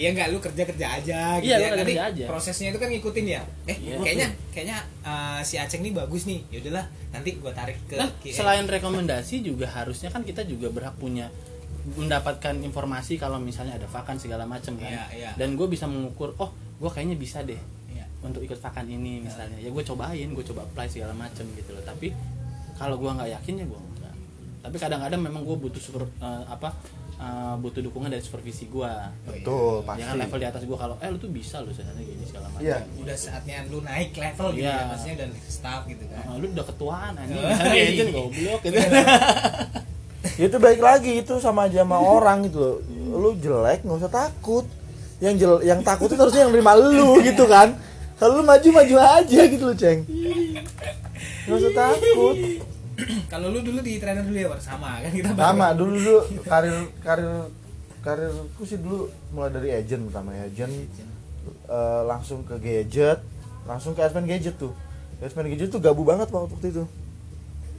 A: Iya enggak lu kerja kerja aja gitu
D: Iya,
A: ya.
D: lu
A: Nanti
D: kerja aja.
A: prosesnya itu kan ngikutin ya. Eh
D: Iya.
A: kayaknya kayaknya uh, si Aceng nih bagus nih. Ya udahlah nanti gua tarik ke
D: Nah,
A: KM.
D: selain rekomendasi juga harusnya kan kita juga berhak punya mendapatkan informasi kalau misalnya ada vakan segala macam kan.
A: Iya, iya.
D: Dan gue bisa mengukur, oh gue kayaknya bisa deh
A: Iya.
D: untuk ikut vakan ini misalnya. Ya gue cobain, gue coba apply segala macam gitu loh. Tapi kalau gue nggak yakin ya gue nggak. Tapi kadang-kadang memang gue butuh super, eh, apa eh, butuh dukungan dari supervisi gue.
A: Oh, iya.
C: betul pasti
D: Jangan level di atas gua kalau eh lu tuh bisa lu sebenarnya gini segala macam.
C: iya
A: udah saatnya lu naik level gitu
D: Iya.
A: ya. Maksudnya dan staff gitu kan. *clears throat*
D: Ah, lu udah ketuaan anjing.
A: Oh.
D: Misalnya agent goblok gitu.
C: itu baik lagi itu sama aja sama orang gitu loh lu jelek nggak usah takut yang jel yang takut itu harusnya yang nerima lu gitu kan kalau lu maju maju aja gitu loh
D: *laughs*
C: ceng nggak usah takut
A: Kalau lu dulu di trainer dulu ya War? sama kan kita bareng.
C: sama dulu dulu karir karir karirku sih dulu mulai dari agent pertama ya. agent eh, langsung ke gadget langsung ke Advent Gadget tuh Advent Gadget tuh gabu banget waktu itu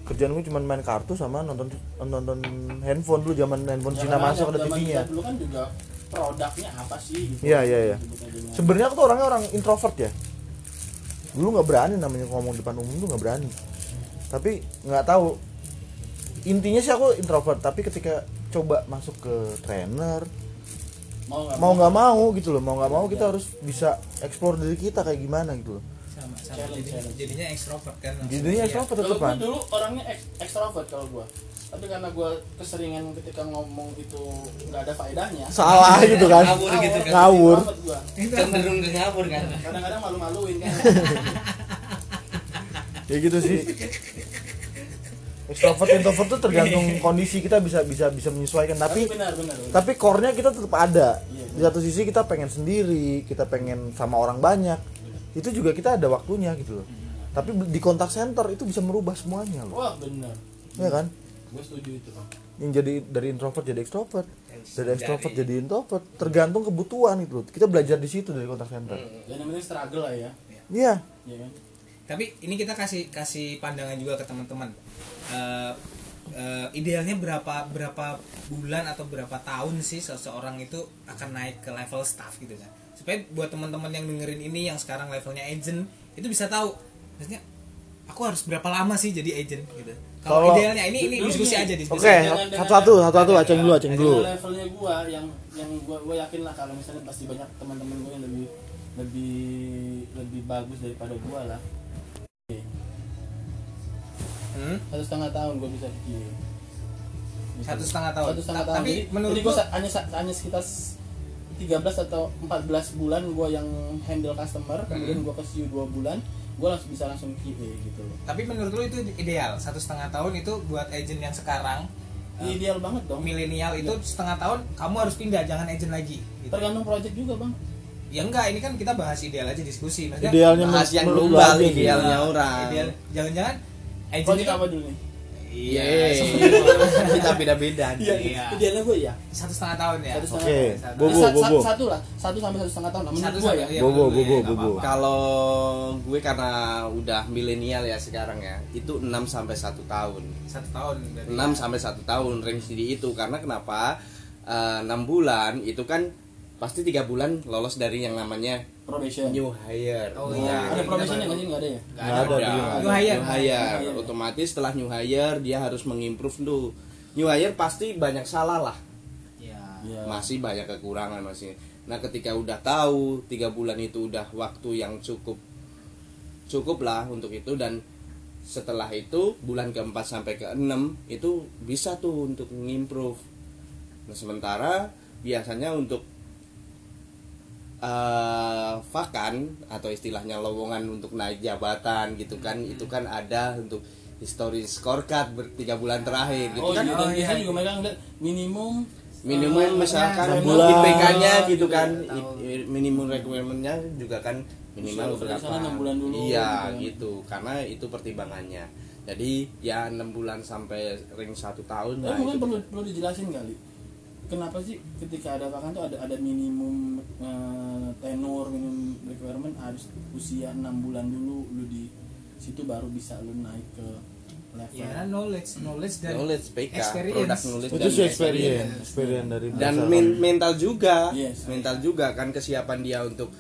C: kerjaan gue cuma main kartu sama nonton nonton handphone dulu zaman handphone Cina masuk ada TV-nya
E: Dulu kan juga produknya apa sih gitu.
C: Iya, iya, iya.
E: Sebutnya juga.
C: sebenarnya aku tuh orangnya orang introvert ya dulu nggak berani namanya ngomong depan umum tuh nggak berani tapi nggak tahu intinya sih aku introvert tapi ketika coba masuk ke trainer
D: mau nggak
C: mau nggak mau gitu loh mau nggak mau kita harus bisa explore diri kita kayak gimana gitu loh
A: sama sama
D: Challenge,
A: jadinya,
D: challenge.
A: jadinya ekstrovert kan langsung.
C: jadinya
A: Iya.
C: explore
D: Kalau
C: tetep
D: gue
C: kan
D: dulu orangnya ek- ekstrovert kalau gue tapi karena gue keseringan ketika ngomong itu nggak ada faedahnya
C: salah
B: *laughs*
C: gitu kan
B: Ngawur gitu kan.
C: ngawur
D: amat gua.
A: Itu apa?
B: cenderung ke ngawur kan
D: kadang-kadang malu-maluin kan
C: ya gitu
B: *laughs*
C: sih extrovert introvert tuh tergantung kondisi kita bisa bisa bisa menyesuaikan *laughs* tapi
D: benar-benar
C: tapi core-nya kita tetap ada
D: Iya.
C: di satu sisi kita pengen sendiri kita pengen sama orang banyak itu juga kita ada waktunya gitu loh tapi di kontak center itu bisa merubah semuanya loh
D: wah benar
C: ya kan
D: gue setuju itu Bang.
C: yang jadi dari introvert jadi extrovert dari
A: Dari-
C: extrovert jadi introvert tergantung kebutuhan gitu loh kita belajar di situ dari kontak center
D: dan yang penting struggle lah ya
C: iya
D: Iya kan
A: tapi ini kita kasih kasih pandangan juga ke teman-teman Eh, eh, idealnya berapa berapa bulan atau berapa tahun sih seseorang itu akan naik ke level staff gitu kan supaya buat teman-teman yang dengerin ini yang sekarang levelnya agent itu bisa tahu maksudnya aku harus berapa lama sih jadi agent gitu kalau
C: Kalau-
A: idealnya ini ini diskusi aja diskusi
C: oke satu-satu satu-satu aceng dulu aceng dulu
D: Dengan levelnya gua yang yang gua gua yakin lah kalau misalnya pasti banyak teman-teman gua yang lebih lebih lebih bagus daripada gua lah
A: Hmm?
D: satu setengah tahun gua bisa bikin
A: satu setengah tahun
D: satu setengah
A: Ta-
D: tahun
A: tapi
D: Jadi-
A: menurut
D: jadi gua sa- hanya sa- hanya sekitar s- 13 atau 14 bulan gua yang handle
A: Hmm.
D: customer kemudian gua ke CU 2 bulan gua langsung bisa langsung QA gitu loh
A: tapi menurut lu itu ideal satu setengah tahun itu buat agent yang sekarang eh,
D: ideal banget dong
A: milenial itu setengah tahun kamu harus pindah jangan agent lagi gitu.
D: tergantung project juga bang
A: ya enggak ini kan kita bahas ideal aja diskusi maksudnya
C: idealnya
B: bahas yang
C: menurut lu
B: global,
C: aja sih.
B: ideal.
A: eh,
B: idealnya orang.
A: ideal jangan-jangan agent
D: project
A: itu-
D: apa dulu nih
A: iya
B: Yeay. *laughs*
A: semua.
B: kita beda-beda nih.
A: Iya.
D: idealnya gua ya
A: satu setengah tahun ya
D: Satu setengah Eh,
C: oke
A: Satu-
C: bobo
D: Sa- sa-
C: bobo
D: satu lah satu sampai satu setengah tahun lah, menurut
A: Satu
D: gua
A: sama-
D: ya
A: iya,
C: Bobo,
A: betul,
C: bobo,
A: iya, nggak
C: bobo.
A: apa-apa.
B: kalau gue karena udah milenial ya sekarang ya itu 6 sampai 1 tahun
A: satu tahun berarti.
B: 6 sampai 1 tahun range di itu karena kenapa Eh, 6 bulan itu kan pasti 3 bulan lolos dari yang namanya
D: probation
B: new hire
A: Oh,
B: Nah,
A: iya.
D: ada
A: Kita
D: probation yang
A: baru-
D: nggak ada ya
A: Nggak
C: Nggak ada,
A: ada.
C: dia
A: New
C: nggak
A: hire.
B: New hire.
D: New hire.
B: Otomatis setelah new hire dia harus mengimprove dulu. New hire pasti banyak salah lah.
A: Iya.
D: Iya.
B: Masih banyak kekurangan masih. Nah ketika udah tahu tiga bulan itu udah waktu yang cukup cukup lah untuk itu dan setelah itu bulan keempat sampai ke enam itu bisa tuh untuk mengimprove. Nah sementara biasanya untuk eh vakan atau istilahnya lowongan untuk naik jabatan gitu kan
D: Hmm.
B: itu kan ada untuk histori scorecard ber tiga bulan terakhir gitu
D: oh
B: kan
D: iya
A: Oh,
D: dan
A: iya,
D: biasanya
A: iya.
D: juga mereka ngeliat minimum
B: minimum
D: eh,
B: misalkan
D: enam
C: bulan.
B: IPK-nya gitu
D: Iya,
B: kan
A: tahu.
B: i- minimum requirement-nya juga kan minimal
D: Usia- usia
B: berapa
D: enam bulan dulu,
B: iya
D: gitu kan.
B: gitu karena itu pertimbangannya jadi ya enam bulan sampai ring satu tahun
D: Tapi
B: lah
D: eh, mungkin
B: itu.
D: perlu perlu dijelasin kali. Kenapa sih ketika ada vakan tuh ada ada minimum eh, tenor, minimum requirement harus usia 6 bulan dulu lu di situ baru bisa lu naik ke level.
A: ya knowledge knowledge dan
B: knowledge PK produk
A: experience
B: knowledge
C: itu
B: dan
C: sih experience experience dari
B: dan
C: dasar.
B: men- mental juga
D: Yes.
B: mental juga kan kesiapan dia untuk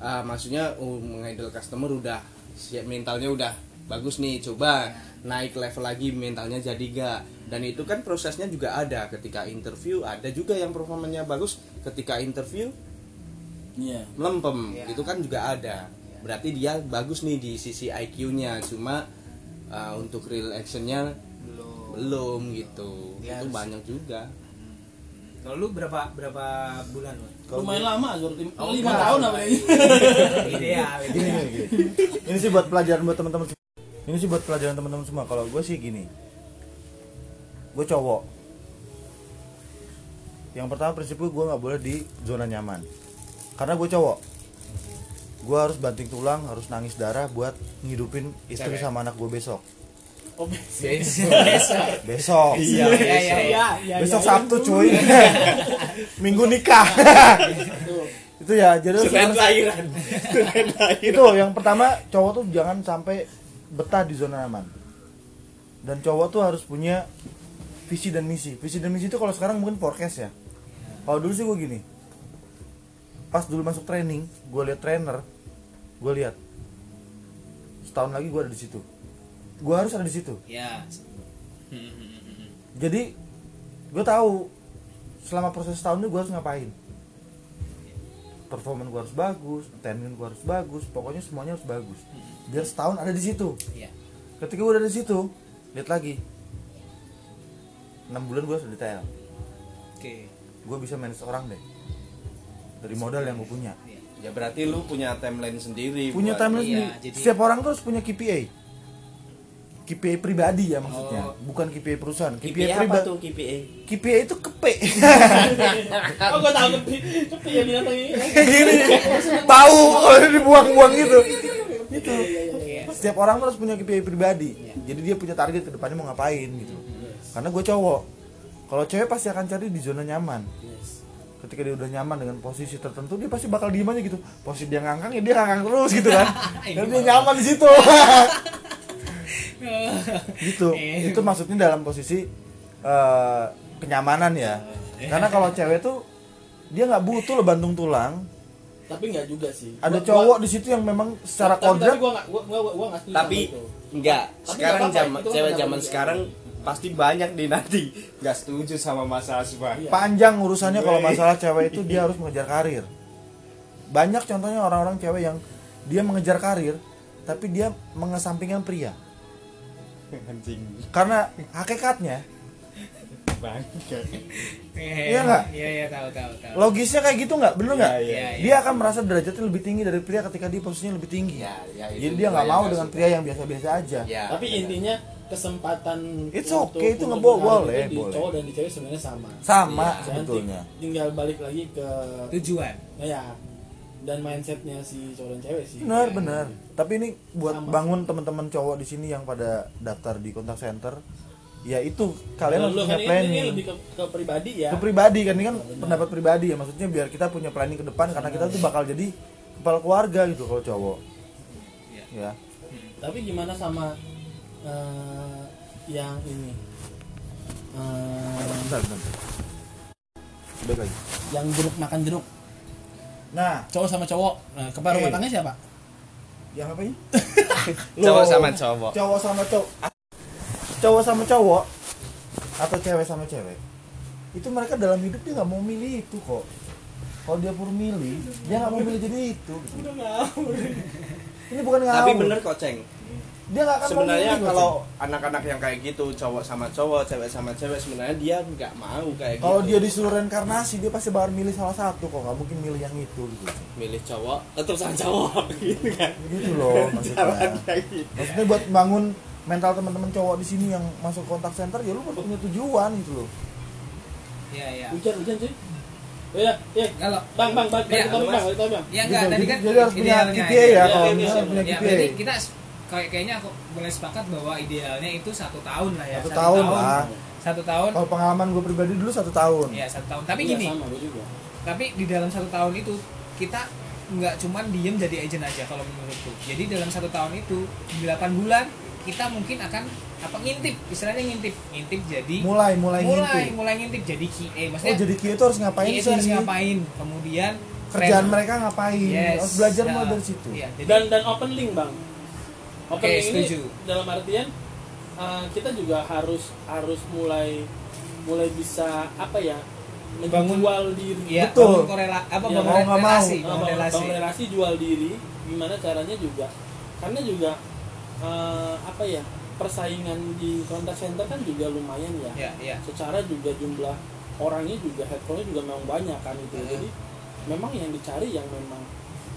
B: ah, maksudnya uh, menghandle customer udah siap mentalnya udah bagus nih coba naik level lagi mentalnya jadi gak dan itu kan prosesnya juga ada ketika interview ada juga yang performanya bagus ketika interview
D: Iya.
B: melempem
A: Iya.
B: itu kan juga ada berarti dia bagus nih di sisi IQ-nya cuma ah, untuk real actionnya
A: Belum.
B: belum gitu
A: Dia harus-
B: itu banyak juga
A: kalau lu berapa berapa bulan lu?
D: Lumayan lama Azur, tim,
A: Oh,
D: 5
A: enggak.
D: tahun apa ini?
A: ideal
C: gini,
A: ideal.
C: gini, gini. ini sih buat pelajaran buat teman-teman semua. ini sih buat pelajaran teman-teman semua kalau gue sih gini gue cowok yang pertama prinsip gue gue nggak boleh di zona nyaman karena gue cowok gue harus banting tulang harus nangis darah buat ngidupin istri
A: Cewek.
C: sama anak gue besok
D: Oh,
C: besok
A: Iya, iya,
D: ya,
A: iya, iya.
C: besok sabtu cuy
D: *laughs*
C: minggu nikah
D: itu.
C: itu ya jadi harus-
B: lahiran
C: itu yang pertama cowok tuh jangan sampai betah di zona aman dan cowok tuh harus punya visi dan misi visi dan misi itu kalau sekarang mungkin forecast ya kalau dulu sih gue gini pas dulu masuk training gue liat trainer gue lihat setahun lagi gue ada di situ gue harus ada di situ
A: ya
C: jadi gue tahu selama proses setahun itu gue harus ngapain performan gua harus bagus attendance gua harus bagus pokoknya semuanya harus bagus biar setahun ada di situ
A: Iya.
C: ketika gua udah di situ lihat lagi enam bulan gua harus detail
A: Oke.
C: gua bisa manage orang deh dari modal yang gua punya
B: Ya berarti lu punya timeline sendiri.
C: punya
B: buat-
C: timeline
A: iya,
C: sendiri.
A: jadi-
C: Setiap orang tuh harus punya KPI. KPI pribadi ya maksudnya,
A: Oh.
C: bukan KPI perusahaan. KPI,
B: KPI apa
C: pribadi.
B: tuh KPI?
C: KPI itu kepe. *laughs*
D: oh gue tahu kepi kepi ya binatang ini
C: Gini, tahu kalau dibuang-buang gitu. Gitu.
A: Iya.
C: Setiap orang tuh harus punya KPI pribadi. Jadi dia punya target ke depannya mau ngapain gitu. Karena gue cowok. Kalau cewek pasti akan cari di zona nyaman. Ketika dia udah nyaman dengan posisi tertentu, dia pasti bakal diem aja gitu. Posisi dia ngangkang ya dia ngangkang terus gitu
A: *laughs*
C: kan.
A: Iya.
C: Karena dia nyaman di situ. gitu
A: Eh.
C: itu maksudnya dalam posisi eh, kenyamanan ya
A: Iya.
C: karena kalau cewek tuh dia nggak butuh lo bantung tulang
D: tapi nggak juga sih
C: ada
D: Gua-
C: cowok
D: gua-
C: di situ yang memang secara
D: tapi- tapi
C: kodrat
D: gue nggak gue gue gue nggak setuju
B: tapi
D: sama itu.
B: enggak
D: Tapi
B: sekarang
D: nggak apa-apa,
B: jama-
D: itu kan
B: cewek
D: pendapat
B: zaman
D: dia.
B: sekarang pasti banyak nih nanti nggak setuju sama Mas Asma
D: Iya.
C: panjang urusannya kalau
B: Wey.
C: masalah cewek itu dia harus mengejar karir banyak contohnya orang-orang cewek yang dia mengejar karir tapi dia mengesampingkan pria
B: anjing
C: karena hakikatnya
B: bangke
C: Iya nggak?
A: Iya iya tahu tahu tahu.
C: logisnya kayak gitu nggak bener nggak
B: Iya, iya,
A: iya.
C: dia akan merasa derajatnya lebih tinggi dari pria ketika dia posisinya lebih tinggi
B: Ya, ya, itu
C: jadi dia nggak
B: gua
C: mau
B: yang
C: dengan
B: nggak
C: pria yang biasa-biasa aja
B: ya
D: tapi
B: benar.
D: intinya kesempatan
C: It's
D: waktu
C: okay, itu
D: untuk
C: ngebol-
D: berkarir
C: boleh,
D: itu di
C: boleh.
D: cowok dan di cewek sebenarnya sama
C: sama
D: Dan
C: sebetulnya
D: ting- tinggal balik lagi ke
A: Tujuan.
D: nah ya dan mindsetnya si cowok dan cewek sih Ya.
C: benar benar tapi ini buat
D: Iya, Sama.
C: bangun teman-teman cowok di sini yang pada daftar di kontak center ya itu kalian harus
D: Lu- lu
C: punya
D: kan ini-
C: planning
D: ini lebih ke, Iya, ke pribadi ya
C: ke pribadi kan ini kan pendapat pribadi ya maksudnya biar kita punya planning ke depan karena kita tuh bakal jadi kepala keluarga gitu kalau cowok
D: Iya.
C: ya
D: tapi gimana sama eh, yang ini Eh,
C: bentar bentar Balik lagi
D: yang jeruk makan jeruk
C: nah
D: cowok sama cowok nah, kepala rumah
C: Eh.
D: tangga siapa
C: yang Ya, apa ini
B: *laughs* cowok sama cowok
C: cowok sama cowok cowok sama cowok atau cewek sama cewek itu mereka dalam hidup dia nggak mau milih itu kok kalau dia pur milih dia nggak mau milih jadi itu ini bukan ngawur
B: tapi bener kok ceng
C: dia nggak akan mau gitu.
B: sebenarnya
C: milih,
B: kalau
C: Ceng.
B: anak-anak yang kayak gitu cowok sama cowok cewek sama cewek sebenarnya dia nggak mau kayak
C: kalau
B: gitu
C: dia disuruh reinkarnasi dia pasti bakal milih salah satu kok nggak mungkin milih yang itu gitu
B: milih cowok tetap sama cowok *laughs* gitu kan
C: gitu
B: *laughs*
C: loh maksudnya
B: Jalan kayak gitu.
C: maksudnya buat bangun mental teman-teman cowok di sini yang masuk kontak center ya lu harus punya tujuan gitu loh
A: Iya iya.
D: hujan hujan cuy oh ya ya
A: Kalau
D: bang bang bang
A: Ya,
D: balik bang balik bang
A: ya enggak
C: Gitu.
A: tadi
C: Jadi-
A: kan
C: jadi harus punya
A: idealnya
C: KPI
A: aja.
C: ya
D: Iya,
C: kalau
D: iya,
C: misalnya
D: iya.
C: punya
A: Ya,
C: KPI
A: berarti kita s- kayak kayaknya aku boleh sepakat bahwa idealnya itu satu tahun lah ya.
C: Satu tahun lah. Oh.
A: Satu tahun.
C: kalau pengalaman gue pribadi dulu satu tahun
A: Ya satu tahun. Tapi
D: Iya,
A: gini,
D: sama gue juga
A: tapi di dalam satu tahun itu kita nggak cuman diem jadi agent aja kalau menurutku. Jadi dalam satu tahun itu 8 bulan kita mungkin akan apa ngintip, istilahnya ngintip, ngintip jadi
C: mulai mulai,
A: mulai,
C: ngintip.
A: mulai ngintip jadi QA.
C: oh
A: Maksudnya
C: jadi kia itu harus ngapain
A: QA itu
C: sih
A: harus ngapain, kemudian
C: kerjaan
A: trend-
C: mereka ngapain
A: Yes,
C: harus belajar
A: nah,
C: mulai dari situ
A: Iya, jadi
D: dan dan open link bang open
A: Oke,
D: link
A: setuju.
D: ini dalam artian eh, kita juga harus harus mulai mulai bisa apa ya
A: Bangun-
D: menjual diri
A: iya, bangun
C: Betul.
A: korela apa
D: Iya,
A: bangun
C: mau nggak mau.
A: relasi,
D: Nah,
A: bangun
D: bangun,
A: relasi.
D: bangun relasi jual diri gimana caranya juga karena juga eh, apa ya persaingan di kontak center kan juga lumayan ya
A: Iya, iya.
D: secara juga jumlah orangnya juga headphone juga memang banyak kan itu
A: Hmm.
D: jadi memang yang dicari yang memang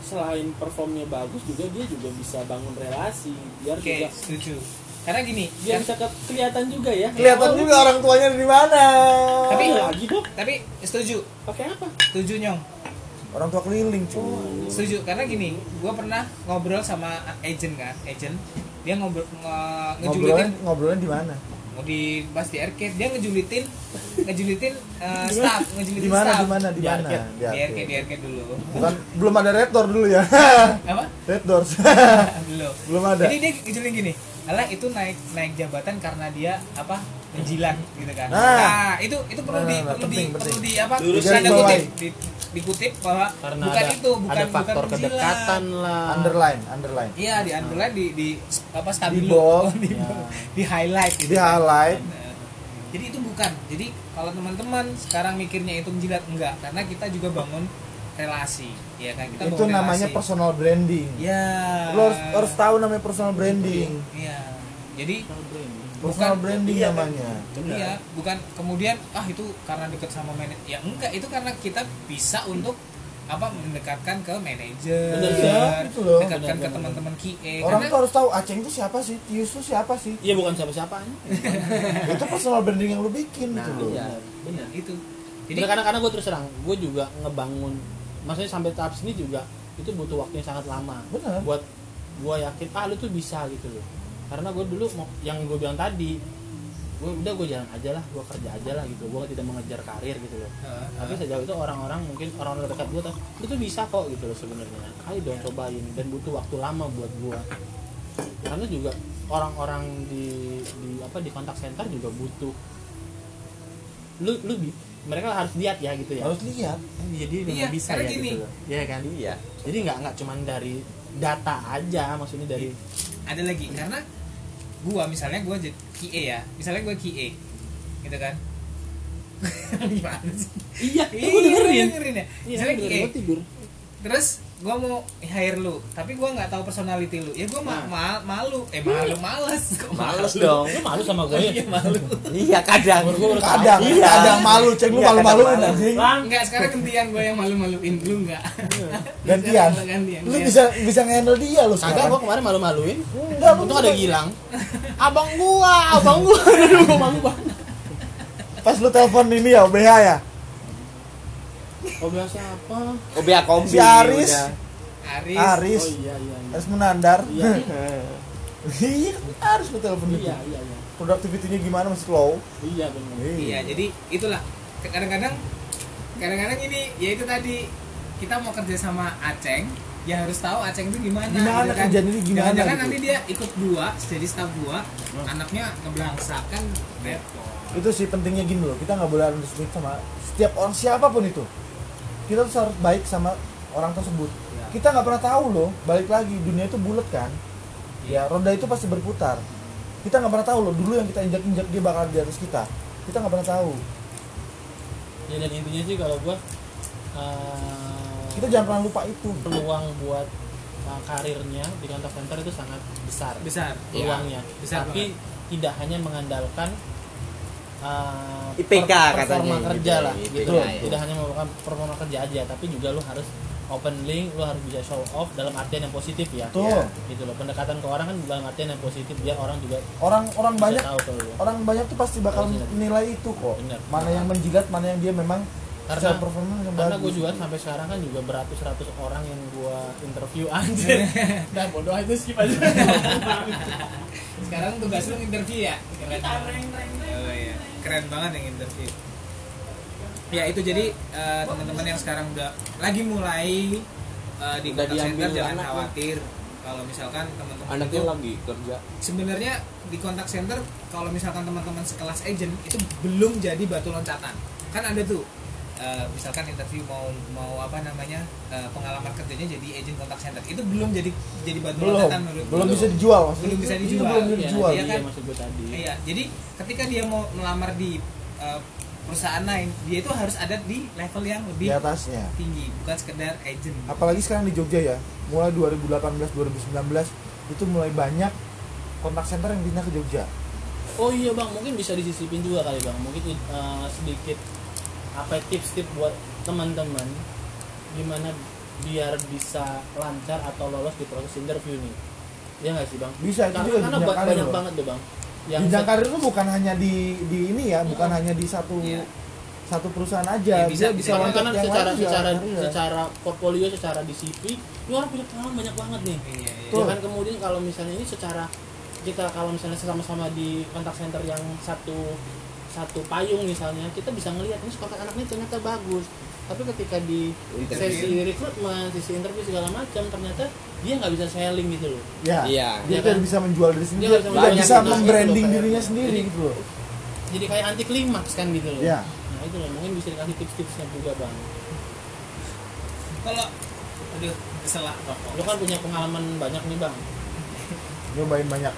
D: selain performnya bagus juga dia juga bisa bangun relasi biar
A: Oke,
C: Iya.
D: juga
A: setuju. Karena gini, kan-
D: biar bisa ke- kelihatan juga ya
C: kelihatan
D: Oh,
C: juga orang tuanya dari mana
A: Tapi-
D: lagi dong
A: tapi setuju,
D: pakai apa
A: setuju nyong.
C: orang tua keliling cuy
A: setuju karena gini gue pernah ngobrol sama agent kan agent dia ngobrol nge-
C: ngobrolnya
A: ngejulitin
C: ngobrolnya di mana
A: mau di pas di arcade dia ngejulitin ngejulitin eh, staff ngejulitin
C: di mana
A: staff
C: di mana di
D: Di
C: mana
D: arcade.
C: Di
A: di arcade di
C: arcade.
A: arcade dulu
C: bukan belum ada red door dulu
A: *laughs*
C: ya
A: apa
C: red
A: *laughs*
C: doors
A: belum
C: belum ada
A: jadi dia ngejulitin gini alah itu naik naik jabatan karena dia apa menjilat gitu kan nah,
C: Nah.
A: itu itu perlu
C: Nah,
A: di
C: nah, nah,
A: perlu di
C: penting,
A: perlu
C: penting.
A: di apa
C: Lurus
A: tanda
C: bawah.
A: kutip di- dikutip bahwa
F: karena
A: bukan
F: ada,
A: itu bukan
F: ada faktor
A: bukan menjilat.
F: kedekatan lah
C: underline underline
A: Iya di underline di di apa stabilo
C: bold.
A: *laughs* di,
F: Ya.
A: di highlight gitu.
C: jadi highlight
A: Nah, Jadi itu bukan. Jadi kalau teman-teman sekarang mikirnya itu menjilat enggak karena kita juga bangun relasi ya kan kita
C: itu
A: bangun
C: namanya
A: relasi.
C: personal branding
A: ya
C: lo harus, harus tahu namanya personal branding
A: Iya. jadi
C: personal
A: Bukan-
C: branding
A: iya,
C: namanya
A: iya bukan kemudian ah itu karena deket sama manajer ya enggak itu karena kita bisa untuk apa mendekatkan ke manajer
E: Bener,
C: iya, gitu loh.
A: dekatkan ke
D: Bener, bener,
A: teman-teman QA
C: orang
A: Iya, karena
C: tuh harus tahu aceng tuh siapa sih tius tuh siapa
D: *laughs*
C: sih
D: Iya bukan siapa-siapa.
C: itu personal branding yang lo bikin gitu loh
D: Iya, benar.
A: itu
D: Jadi
A: jadi
D: kadang-kadang gue terus terang, gue juga ngebangun, maksudnya sampai tahap sini juga itu butuh waktu yang sangat lama.
C: Bener.
D: Buat gue yakin, ah lu tuh bisa gitu loh. Karena gue dulu mau, yang gue bilang tadi, gue udah gue jalan aja lah, gue kerja aja lah gitu, gue tidak mengejar karir gitu loh.
A: Heeh,
D: Tapi sejauh itu orang-orang mungkin orang-orang dekat gue tuh, lu tuh bisa kok gitu loh sebenarnya. Ayo dong cobain dan butuh waktu lama buat gue. Karena juga orang-orang di, di apa di kontak center juga butuh lu lu bi- mereka harus lihat ya gitu ya
C: harus lihat
D: jadi memang
A: Iya,
D: bisa
A: karena
D: ya
A: gini.
D: gitu loh. Iya kan
B: Iya.
D: jadi nggak nggak cuman dari data aja maksudnya dari
A: ada lagi karena gua misalnya gua jadi QA ya misalnya gua QA gitu kan *laughs* gimana sih
D: iya
A: Iya,
D: gue dengerin
A: dengerin ya
D: iya
A: misalnya
D: dengerin,
A: QA
D: gua tidur
A: terus gua mau hire lu tapi gua nggak tahu personality lu ya gua ma- ma- malu eh malu males Kok
B: Males dong.
D: lu malu
C: Oh,
D: sama gue ya
A: Iya, malu
B: Iya kadang.
C: kadang
B: Iya.
C: kadang malu ceng lu
B: Iya,
C: malu
B: kadang
C: maluin
B: malu.
C: anjing
A: Enggak, sekarang gantian gue yang malu-maluin Lu enggak
C: gantian
A: Sekarang gantian
C: lu bisa bisa handle dia lu
D: kagak gue
C: sekarang
D: kemarin malu-maluin
C: enggak lu
D: untung ada Gilang abang gua abang gua *laughs* aduh gua malu banget
C: pas lu telepon ini ya OBH ya
D: oh biasa apa
B: OBA Oh, kombi.
C: Si Aris.
B: udah.
A: Aris,
C: Ah,
D: oh
C: Aris
D: iya iya iya
C: harus menandar
D: Iya.
C: *laughs* iya harus lu telepon
D: iya
C: dia
D: iya iya
C: productivity-nya gimana masih low
D: iya benar
A: Iya, jadi itulah kadang-kadang kadang-kadang ini ya itu tadi kita mau kerja sama Aceng ya harus tahu Aceng itu gimana
C: Gimana kerjaan ini gimana
A: jangan
C: gitu. Hmm.
A: nanti dia ikut gua jadi staff gua anaknya kan, ngeblangsakan repot
C: itu sih pentingnya gini loh kita nggak boleh underestimate sama setiap orang siapapun itu kita tuh harus baik sama orang tersebut
D: Iya.
A: Ya.
C: kita nggak pernah tahu loh balik lagi dunia itu bulat kan ya
D: Iya.
C: roda itu pasti berputar kita nggak pernah tahu loh dulu yang kita injak injak dia bakal di atas kita kita nggak pernah tahu
D: ya dan intinya sih kalau gua eh,
C: kita jangan pernah lupa itu
D: peluang buat uh, karirnya di kontak center itu sangat besar
A: besar
D: peluangnya
A: besar
D: tapi tidak hanya mengandalkan uh,
B: IPK
D: per- performa
B: katanya
D: kerja
B: gitu,
D: lah
B: IPK,
D: gitu
B: ya.
D: tidak hanya mengandalkan performa kerja aja tapi juga lu harus open link lu harus bisa show off dalam artian yang positif ya
C: Betul.
D: Ya, gitu loh pendekatan ke orang kan dalam artian yang positif biar orang juga
C: orang orang
D: bisa
C: banyak
D: tahu ke lu
C: orang banyak tuh pasti bakal
D: Iya. Benar.
C: menilai itu kok
D: Benar.
C: mana yang menjilat mana yang dia memang
D: Karena-
C: secara performa yang
D: karena gue
C: bagus
D: juga sampai sekarang kan juga beratus-ratus orang yang gue interview
C: Iya,
D: anjir dan bodoh itu skip aja
A: sekarang tugas lu interview ya keren oh, iya. keren banget yang interview ya itu jadi eh, teman-teman yang sekarang udah lagi mulai eh, di
B: Udah
A: kontak
B: diambil
A: center jangan
B: anaknya.
A: khawatir kalau misalkan teman-teman
B: Anaknya
A: itu-
B: lagi kerja.
A: sebenarnya di kontak center kalau misalkan teman-teman sekelas agent itu belum jadi batu loncatan kan ada tuh eh, misalkan interview mau mau apa namanya eh, pengalaman kerjanya jadi agent kontak center itu belum jadi jadi batu
C: belum
D: kan
A: loncatan menurut
C: belum
A: gua.
C: bisa dijual maksudnya
A: Belum bisa
C: Itu
A: dijual.
C: belum bisa
D: Iya,
C: dijual
D: iya,
A: Iya kan?
D: maksud gue tadi.
A: Iya, jadi ketika dia mau melamar di eh, perusahaan lain, dia itu harus ada di level yang
C: di
A: lebih
C: atasnya
A: tinggi, bukan sekedar agent.
C: apalagi sekarang di Jogja ya mulai 2018 2019 itu mulai banyak kontak center yang pindah ke Jogja
D: Oh iya bang, mungkin bisa disisipin juga kali bang. Mungkin eh, sedikit apa tips-tips buat teman-teman gimana biar bisa lancar atau lolos di proses interview nih. Iya nggak sih bang?
C: Bisa, itu
D: karena,
C: juga
D: karena
C: jenjang
D: ba-
C: karir
D: banyak
C: loh.
D: banget deh bang.
C: jenjang karir itu bukan hanya di di ini ya bukan hanya di satu
A: Iya.
C: satu perusahaan
A: Ya,
C: aja
A: bisa-
C: Dia
A: bisa
D: Karena
C: loncat
D: kan
C: yang
D: secara
C: lain juga,
D: secara
C: karir ya.
D: secara portfolio, secara di CV, ini orang punya pengalaman banyak banget nih.
A: Iya, iya.
C: Betul.
D: Jangan kemudian kalau misalnya ini secara kita kalau misalnya sama-sama di kontak center yang satu satu payung misalnya kita bisa ngelihat ini kontak anaknya ternyata bagus tapi ketika di
B: Interview.
D: sesi rekrutmen sesi interview segala macam ternyata dia nggak bisa selling gitu loh
C: ya
B: Iya.
C: dia
D: Ya
C: tidak
D: kan?
C: bisa menjual diri sendiri
D: Dia
C: dia
D: nggak bisa
C: tidak
D: menjual
C: bisa
D: diri sendiri.
C: membranding
D: Gitu loh,
C: dirinya
D: PR.
C: sendiri
D: Jadi-
C: gitu loh
D: jadi kayak anti klimaks kan gitu loh
C: Iya.
D: nah itu loh mungkin bisa dikasih tips-tipsnya juga bang
A: Kalau aduh, salah
D: lo kan punya pengalaman banyak nih bang
C: nyobain banyak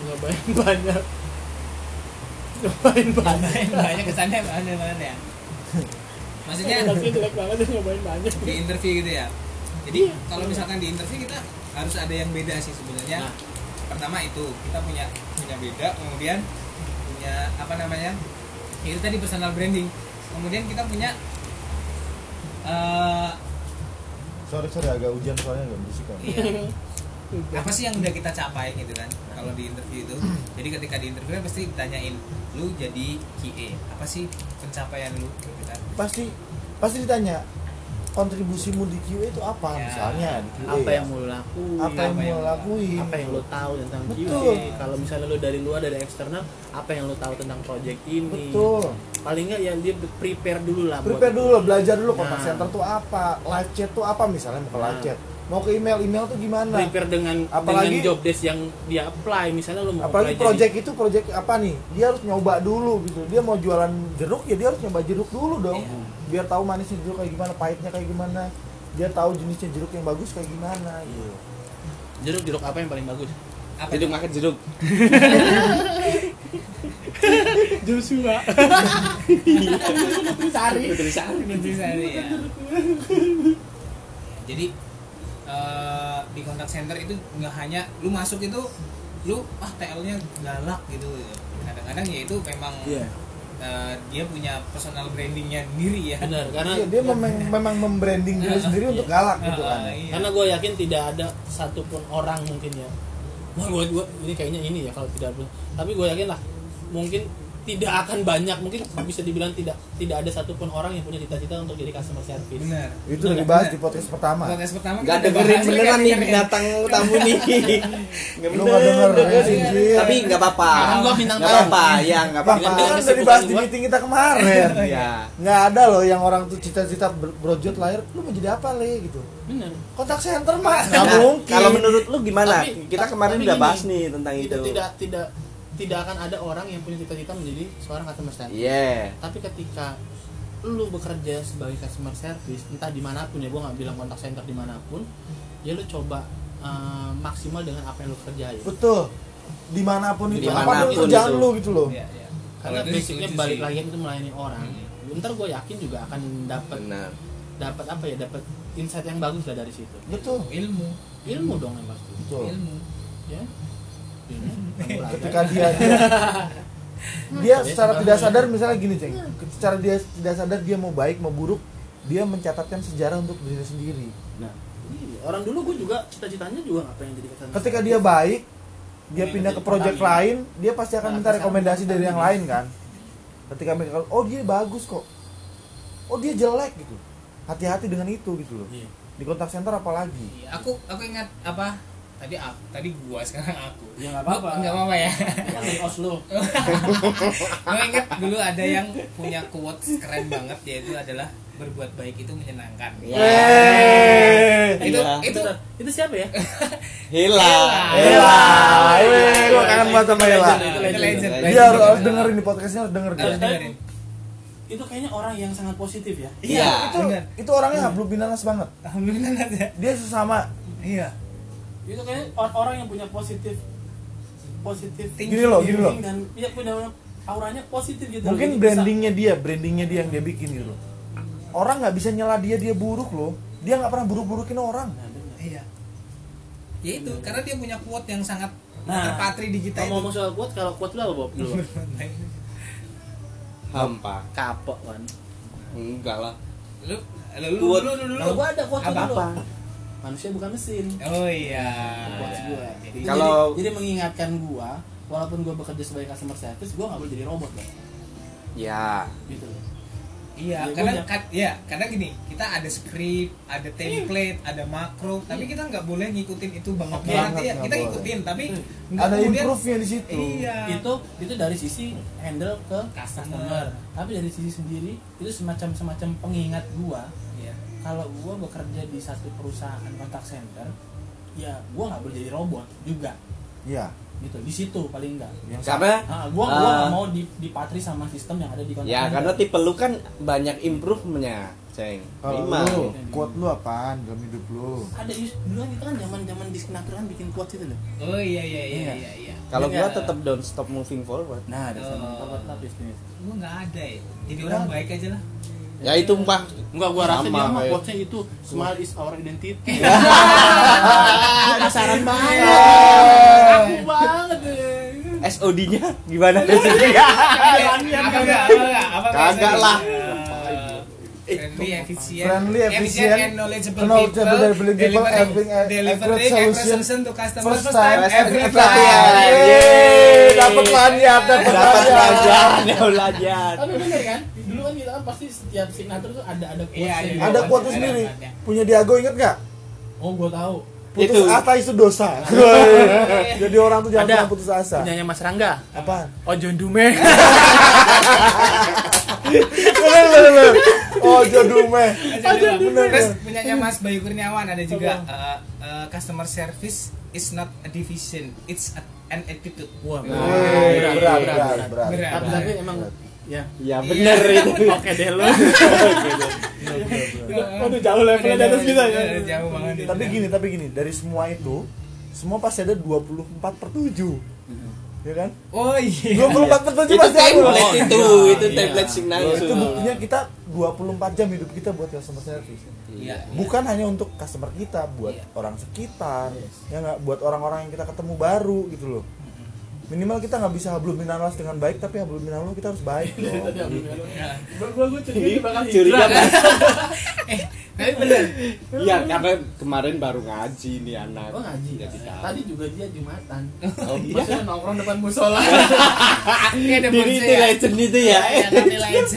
D: nyobain banyak nyobain banyak
A: banyak kesannya mana mana ya maksudnya
G: Pasti jelek banget dan nyobain banyak.
A: di interview gitu ya jadi kalau misalkan di interview kita harus ada yang beda sih
D: Nah.
A: sebenarnya pertama itu kita punya punya beda kemudian punya apa namanya ya itu tadi personal branding kemudian kita punya eh,
C: sorry sorry agak hujan soalnya agak berisik kan
A: iya,
D: Nah,
A: apa sih yang udah kita capai gitu kan kalau di interview itu jadi ketika di interview kan pasti ditanyain lu jadi QA apa sih pencapaian lu gitu kan
C: pasti pasti ditanya kontribusimu di QA itu apa
A: Ya.
C: misalnya di QA
D: Iya. apa yang mau lu lakuin
C: Iya. apa yang
A: apa yang-
C: mau lakuin
D: apa yang lo tahu tentang
C: Betul.
D: QA kalau misalnya lo dari luar dari eksternal apa yang lo tahu tentang project ini
C: betul
D: paling nggak yang dia prepare dulu lah buat-
C: prepare dulu belajar dulu kontak
D: Nah.
C: center tuh apa live chat tuh apa misalnya mau ke live
D: Nah.
C: chat mau ke email email tuh gimana
D: prepare dengan
C: Apalagi-
D: dengan job desk yang dia apply misalnya lo mau
C: apalagi
D: apply
C: project itu project apa nih dia harus nyoba dulu gitu dia mau jualan jeruk ya dia harus nyoba jeruk dulu dong
D: Iya.
C: biar tahu manisnya jeruk kayak gimana pahitnya kayak gimana dia tahu jenisnya jeruk yang bagus kayak gimana
D: Iya.
C: gitu
D: jadi jeruk jeruk apa yang paling bagus
A: apa
B: Jeruk makan jeruk.
G: Joshua.
C: *laughs*
G: Sari.
A: Nutrisari, ya.
D: iya.
A: Jadi eh, di kontak center itu nggak hanya lu masuk itu lu ah TL-nya galak gitu. Kadang-kadang ya itu memang
B: Iya.
C: Iya.
A: eh, dia punya personal brandingnya sendiri ya.
D: benar karena Iya.
C: Iya, dia memang memang membranding diri sendiri untuk galak gitu kan
A: *laughs* Ah, iya.
D: ya, karena gue yakin tidak ada satupun orang mungkin ya wah gue gue ini kayaknya ini ya kalau tidak ada." tapi gue yakin lah mungkin tidak akan banyak mungkin bisa dibilang tidak tidak ada satupun orang yang punya cita-cita untuk jadi customer service
A: benar.
C: itu
D: Bener,
C: udah dibahas
A: bener.
C: di podcast pertama
D: Iya.
A: Kontes pertama
B: Gak
A: kita
B: dengerin
A: bahas,
B: beneran
A: kan,
B: nih
A: dengerin.
B: datang tamu nih. Nggak
C: lu nggak denger
D: Iya.
C: ya Sinjir.
B: Tapi nggak apa-apa.
D: Kan gua bintang
B: Nggak
D: tamu.
B: apa-apa, ya nggak
C: Bang,
B: apa-apa.
C: itu
D: Dengan-
C: kan
D: dengan
C: udah dibahas di
D: kesibukan gua.
C: meeting kita
B: *laughs*
C: kemarin
B: Ya.
C: nggak ada loh yang orang tuh cita-cita ber- brojot lahir lu mau jadi apa le gitu
D: benar
C: kontak center mah nggak
B: Nah,
C: mungkin
B: Kalau menurut lu gimana?
D: Tapi-
B: Kita
D: tapi
B: kemarin udah
D: gini,
B: bahas nih tentang itu.
D: tidak tidak tidak tidak akan ada orang yang punya cita-cita menjadi seorang customer service
B: Iya.
D: tapi ketika lu bekerja sebagai customer service entah dimanapun ya gue nggak bilang kontak center dimanapun ya lu coba eh, maksimal dengan apa yang lu kerjain
C: betul dimanapun itu apa
B: Dimanapun
C: dulu jangan
B: itu.
C: lu gitu loh
A: Iya, iya. Kalau
D: karena
A: itu
D: basicnya
A: setuju
D: balik
A: sih. Hmm.
D: lagi itu melayani orang ntar gue yakin juga akan dapat
B: Benar.
D: dapat apa ya dapat insight yang bagus lah dari situ
A: Oh,
C: betul
A: ilmu,
D: ilmu dong yang pasti
C: betul
A: ilmu.
D: ya kan? Ilmu, kamu belajar.
C: ketika dia dia, dia secara tidak sadar misalnya gini ceng secara dia tidak sadar dia mau baik mau buruk dia mencatatkan sejarah untuk dirinya sendiri
D: nah iya. orang dulu gue juga cita-citanya juga nggak pengen jadi customer
C: ketika
D: service.
C: dia baik dia
D: Pengen
C: pindah
D: jadi
C: ke proyek
D: petani.
C: lain dia pasti akan
D: Nah,
C: minta
D: sekarang
C: rekomendasi
D: petani.
C: dari yang lain kan ketika mereka oh dia bagus kok oh dia jelek gitu hati-hati dengan itu gitu loh
D: Iya.
C: di kontak center apalagi
A: Iya, Aku aku ingat apa? Tadi aku, tadi gua *laughs* sekarang aku.
D: ya nggak apa-apa
A: Enggak apa-apa ya.
D: yang di Oslo
A: Gue inget dulu ada yang punya quotes keren banget yaitu adalah berbuat baik itu menyenangkan.
C: Eh,
A: Itu
B: Iya.
A: itu
D: itu siapa ya
B: Hela.
C: Hela, weh, gua kangen banget sama Hela.
A: itu
D: Legend,
A: legend.
B: legend.
C: Dia harus, harus dengerin di podcastnya harus denger
A: Harus
C: dia.
A: dengerin.
D: itu kayaknya orang yang sangat positif ya
B: Iya.
C: Itu
A: Bener.
C: itu orangnya hablu binanas banget.
A: Alhamdulillah ya. nggak ada.
C: Dia sesama
A: Iya.
D: itu kayaknya orang-orang yang punya positif positif
C: gini loh, gini loh.
D: dan ya punya auranya positif gitu
C: Mungkin brandingnya dia, brandingnya dia yang dia bikin gitu loh. Orang nggak bisa nyela dia dia buruk loh. Dia nggak pernah buruk-burukin orang.
D: Nah,
A: Iya. Ya itu karena dia punya quote yang sangat
D: Nah,
A: terpatri di kita
D: kalau
A: itu.
D: ngomong soal kuat kalau kuat lu apa Bob dulu Bob?
B: Hampa.
D: kapok kan
B: Enggak lah.
A: Lu lu lu
B: Quote.
A: lu, lu, lu,
D: kalau
A: lu.
D: gua ada kuat
A: Apa
D: dulu
A: apa?
D: manusia bukan mesin
A: Oh iya.
D: kuat gua jadi,
A: Jadi,
B: Kalau-
D: jadi mengingatkan gua walaupun gua bekerja sebagai customer service gua nggak boleh jadi robot loh
B: Ya.
D: gitu loh
A: Iya,
D: Ya,
A: kadang
D: gua-
A: kad, ya, kadang gini, kita ada script, ada template, ada makro, tapi kita nggak boleh ngikutin itu banget
D: Oke.
A: banget ya.
C: Nggak
A: Kita
C: boleh.
A: ngikutin, tapi
D: Hmm.
A: nggak
C: Ada
A: Iya, kemudian-
C: improve-nya di situ.
A: Iya.
D: itu itu dari sisi handle ke customer tapi dari sisi sendiri itu semacam semacam pengingat gua
A: Iya.
D: kalau gua bekerja di satu perusahaan kontak center ya gua nggak boleh jadi robot juga
C: Iya.
D: gitu di situ paling enggak
C: Yang sama.
B: Karena
D: nah, gua gua
B: Ya. Ah.
D: nggak mau di- dipatri sama sistem yang ada di kontak
B: ya
D: center
B: karena tipe lu kan banyak improvement-nya, Ceng.
C: Kalau
B: Memang.
C: lu, quote lu apaan dalam hidup lu?
D: ada is- dulu kan itu kan zaman zaman diskenaturan bikin kuat gitu loh
A: Oh iya iya iya
D: Iya.
A: iya iya.
B: Kalau gua
D: Enggak.
B: tetap don't stop moving forward.
D: nah ada
A: Oh.
D: sama kuat lah bisnis
H: Iya. *laughs*
A: Gua nggak ada ya. Jadi orang baik aja lah.
B: ya itu mbah
D: Enggak, gua
B: Sama,
D: rasa dia mah
B: kayak- Iya.
D: quotes-nya itu smile is our identity. Gua penasaran banget. Aku banget. eh.
B: SOD nya gimana
A: apa enggak apa enggak apa enggak?
B: Kagak lah.
A: Friendly,
H: Eh,
A: efisien,
H: Friendly, efisient,
A: and knowledgeable,
H: knowledgeable,
A: people,
H: knowledgeable people, having a-
A: delivering
H: accurate
A: accurate
H: eh, solution
A: solution to customer
H: first time, every time.
B: Yeay.
C: Dapat lanyard, dapat
B: dapat
C: lanyard.
B: pelajaran ya pelajaran
E: Tapi bener kan? Dulu kan kita kan pasti setiap signatur tuh ada ada
A: Iya,
E: quotes
A: iya.
C: Ada kuota sendiri. Punya Diago inget gak?
E: Oh, gua tahu.
B: Itu.
C: Putus asa itu dosa. Jadi orang tuh jangan
D: Ada.
C: pernah putus asa.
D: Punyanya Mas Rangga.
C: Apaan? *laughs*
D: Oh, John Dume.
C: Bener, bener, bener. Oh jodoh meh.
A: Terus punyanya Mas Bayu Kurniawan ada juga eh, eh, customer service is not a division, it's a- an attitude.
D: Wah,
C: Berat, berat, berat, berat.
E: Iya,
D: Tapi,
A: Berat.
D: tapi emang ya.
B: ya bener itu
D: Oke deh lu.
G: Waduh jauh levelnya di atas kita ya.
A: Udah Jauh banget. itu.
C: Tapi gini, tapi gini, dari semua itu, semua pasti ada 24 per 7 Ya kan?
A: Oh iya. Oh,
C: 24 per 7
B: itu
C: pasti aku loh.
B: template itu itu
D: Iya.
B: template
C: Loh,
B: signature
C: Nah, itu buktinya kita 24 jam hidup kita buat customer service.
A: Iya.
C: Bukan hanya untuk customer kita, buat
B: Iya.
C: orang sekitar, ya nggak, buat orang-orang yang kita ketemu baru gitu loh. Minimal kita nggak bisa hablum minalas dengan baik, tapi hablum minalas kita harus
B: *laughs*
C: baik
B: Iya.
C: loh.
E: Ya,
G: Gua gua gua curiga dia bakal
B: curiga kan?
G: hijrah.
A: Eh, tapi bener.
B: iya karena kemarin baru ngaji nih anak
E: Oh, ngaji.
B: Jadi tahu.
E: Tadi juga dia Jumatan.
B: Oh, iya.
E: Maksudnya nongkrong depan musola.
A: Ini ada
B: diri
A: bonsai
B: itu
A: ya.
B: legend itu ya
A: Iya, tapi legend.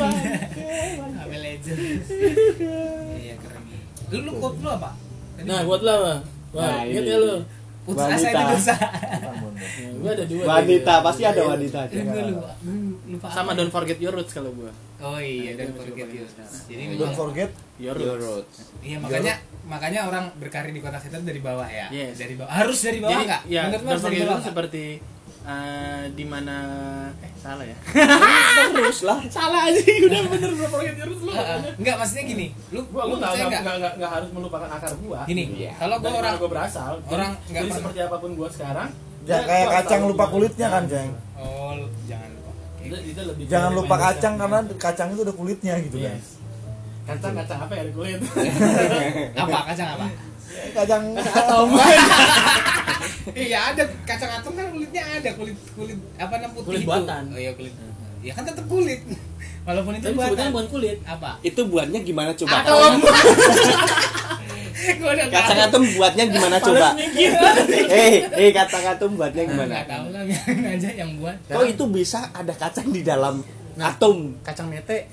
A: Tapi legend. Iya, keren. Lu lu quote lu apa? Tadi
D: Nah, buat lu apa? Wah,
B: Nah,
D: inget
B: ini.
D: ya lu.
A: putus asa itu
B: wanita.
A: dosa.
D: Ya, Gua ada dua.
B: wanita
D: tadi.
B: pasti ada
A: Iya.
B: wanita aja Iya.
A: Gua lupa. Lupa.
D: Sama Don't Forget Your Roots kalau gua.
A: Oh iya, dan
D: Don't
A: forget you. Jadi
C: Don't
A: memang-
C: forget
D: Your
B: Your
D: Roots.
B: roots.
A: Iya makanya makanya orang berkarir di kota Seattle dari bawah ya.
D: Yes.
A: Dari bawah harus dari bawah
D: Jadi,
A: nggak?
D: ya,
A: Menurut lu
D: Don't
A: harus dari
D: Forget Your
A: bawah
D: Roots
A: nggak?
D: seperti eh, di mana eh salah
E: *laughs*
D: ya.
B: terus lah
G: Salah aja udah bener udah forget terus lu.
A: Heeh. Enggak maksudnya gini, lu
E: Gua
A: lu
E: gua
A: percaya
E: enggak
A: nggak?
E: enggak enggak harus melupakan akar gua.
A: Gini,
B: Iya.
A: kalau gua
E: Dari
A: orang
E: mana gua berasal. Jadi-
A: orang nggak
E: jadi
A: pernah-
E: seperti apapun gua sekarang.
C: ya
E: dia-
C: kayak
B: Iya.
E: gua
C: kacang
E: tahu
C: lupa
E: gimana.
C: kulitnya kan, Ceng.
A: oh lu- jangan lupa. Oke.
B: Iya.
E: Itu- itu lebih
C: Jangan
E: dari
C: lupa
E: mindset.
C: kacang karena kacang itu ada kulitnya gitu kan.
E: Yes. Kacang kacang apa ya
C: *laughs*
E: kulit?
A: Apa kacang apa?
C: Kacang
A: *laughs* Iya ada kacang atom kan kulitnya ada kulit kulit apa namanya putih
D: Kulit
A: itu.
D: buatan.
A: Oh iya kulit. Ya kan tetap kulit. *laughs* Walaupun itu
D: Tapi
A: buatan.
D: sebetulnya bukan kulit.
A: Apa?
B: itu buatnya gimana coba
D: *laughs*
A: Gua udah tahu.
B: kacang atom buatnya gimana coba *laughs* eh eh kacang atom buatnya gimana
A: Nggak tahu lah biarin aja yang buat.
D: Oh,
B: kok itu bisa ada kacang di dalam
A: Nah.
B: atom
D: Kacang mete.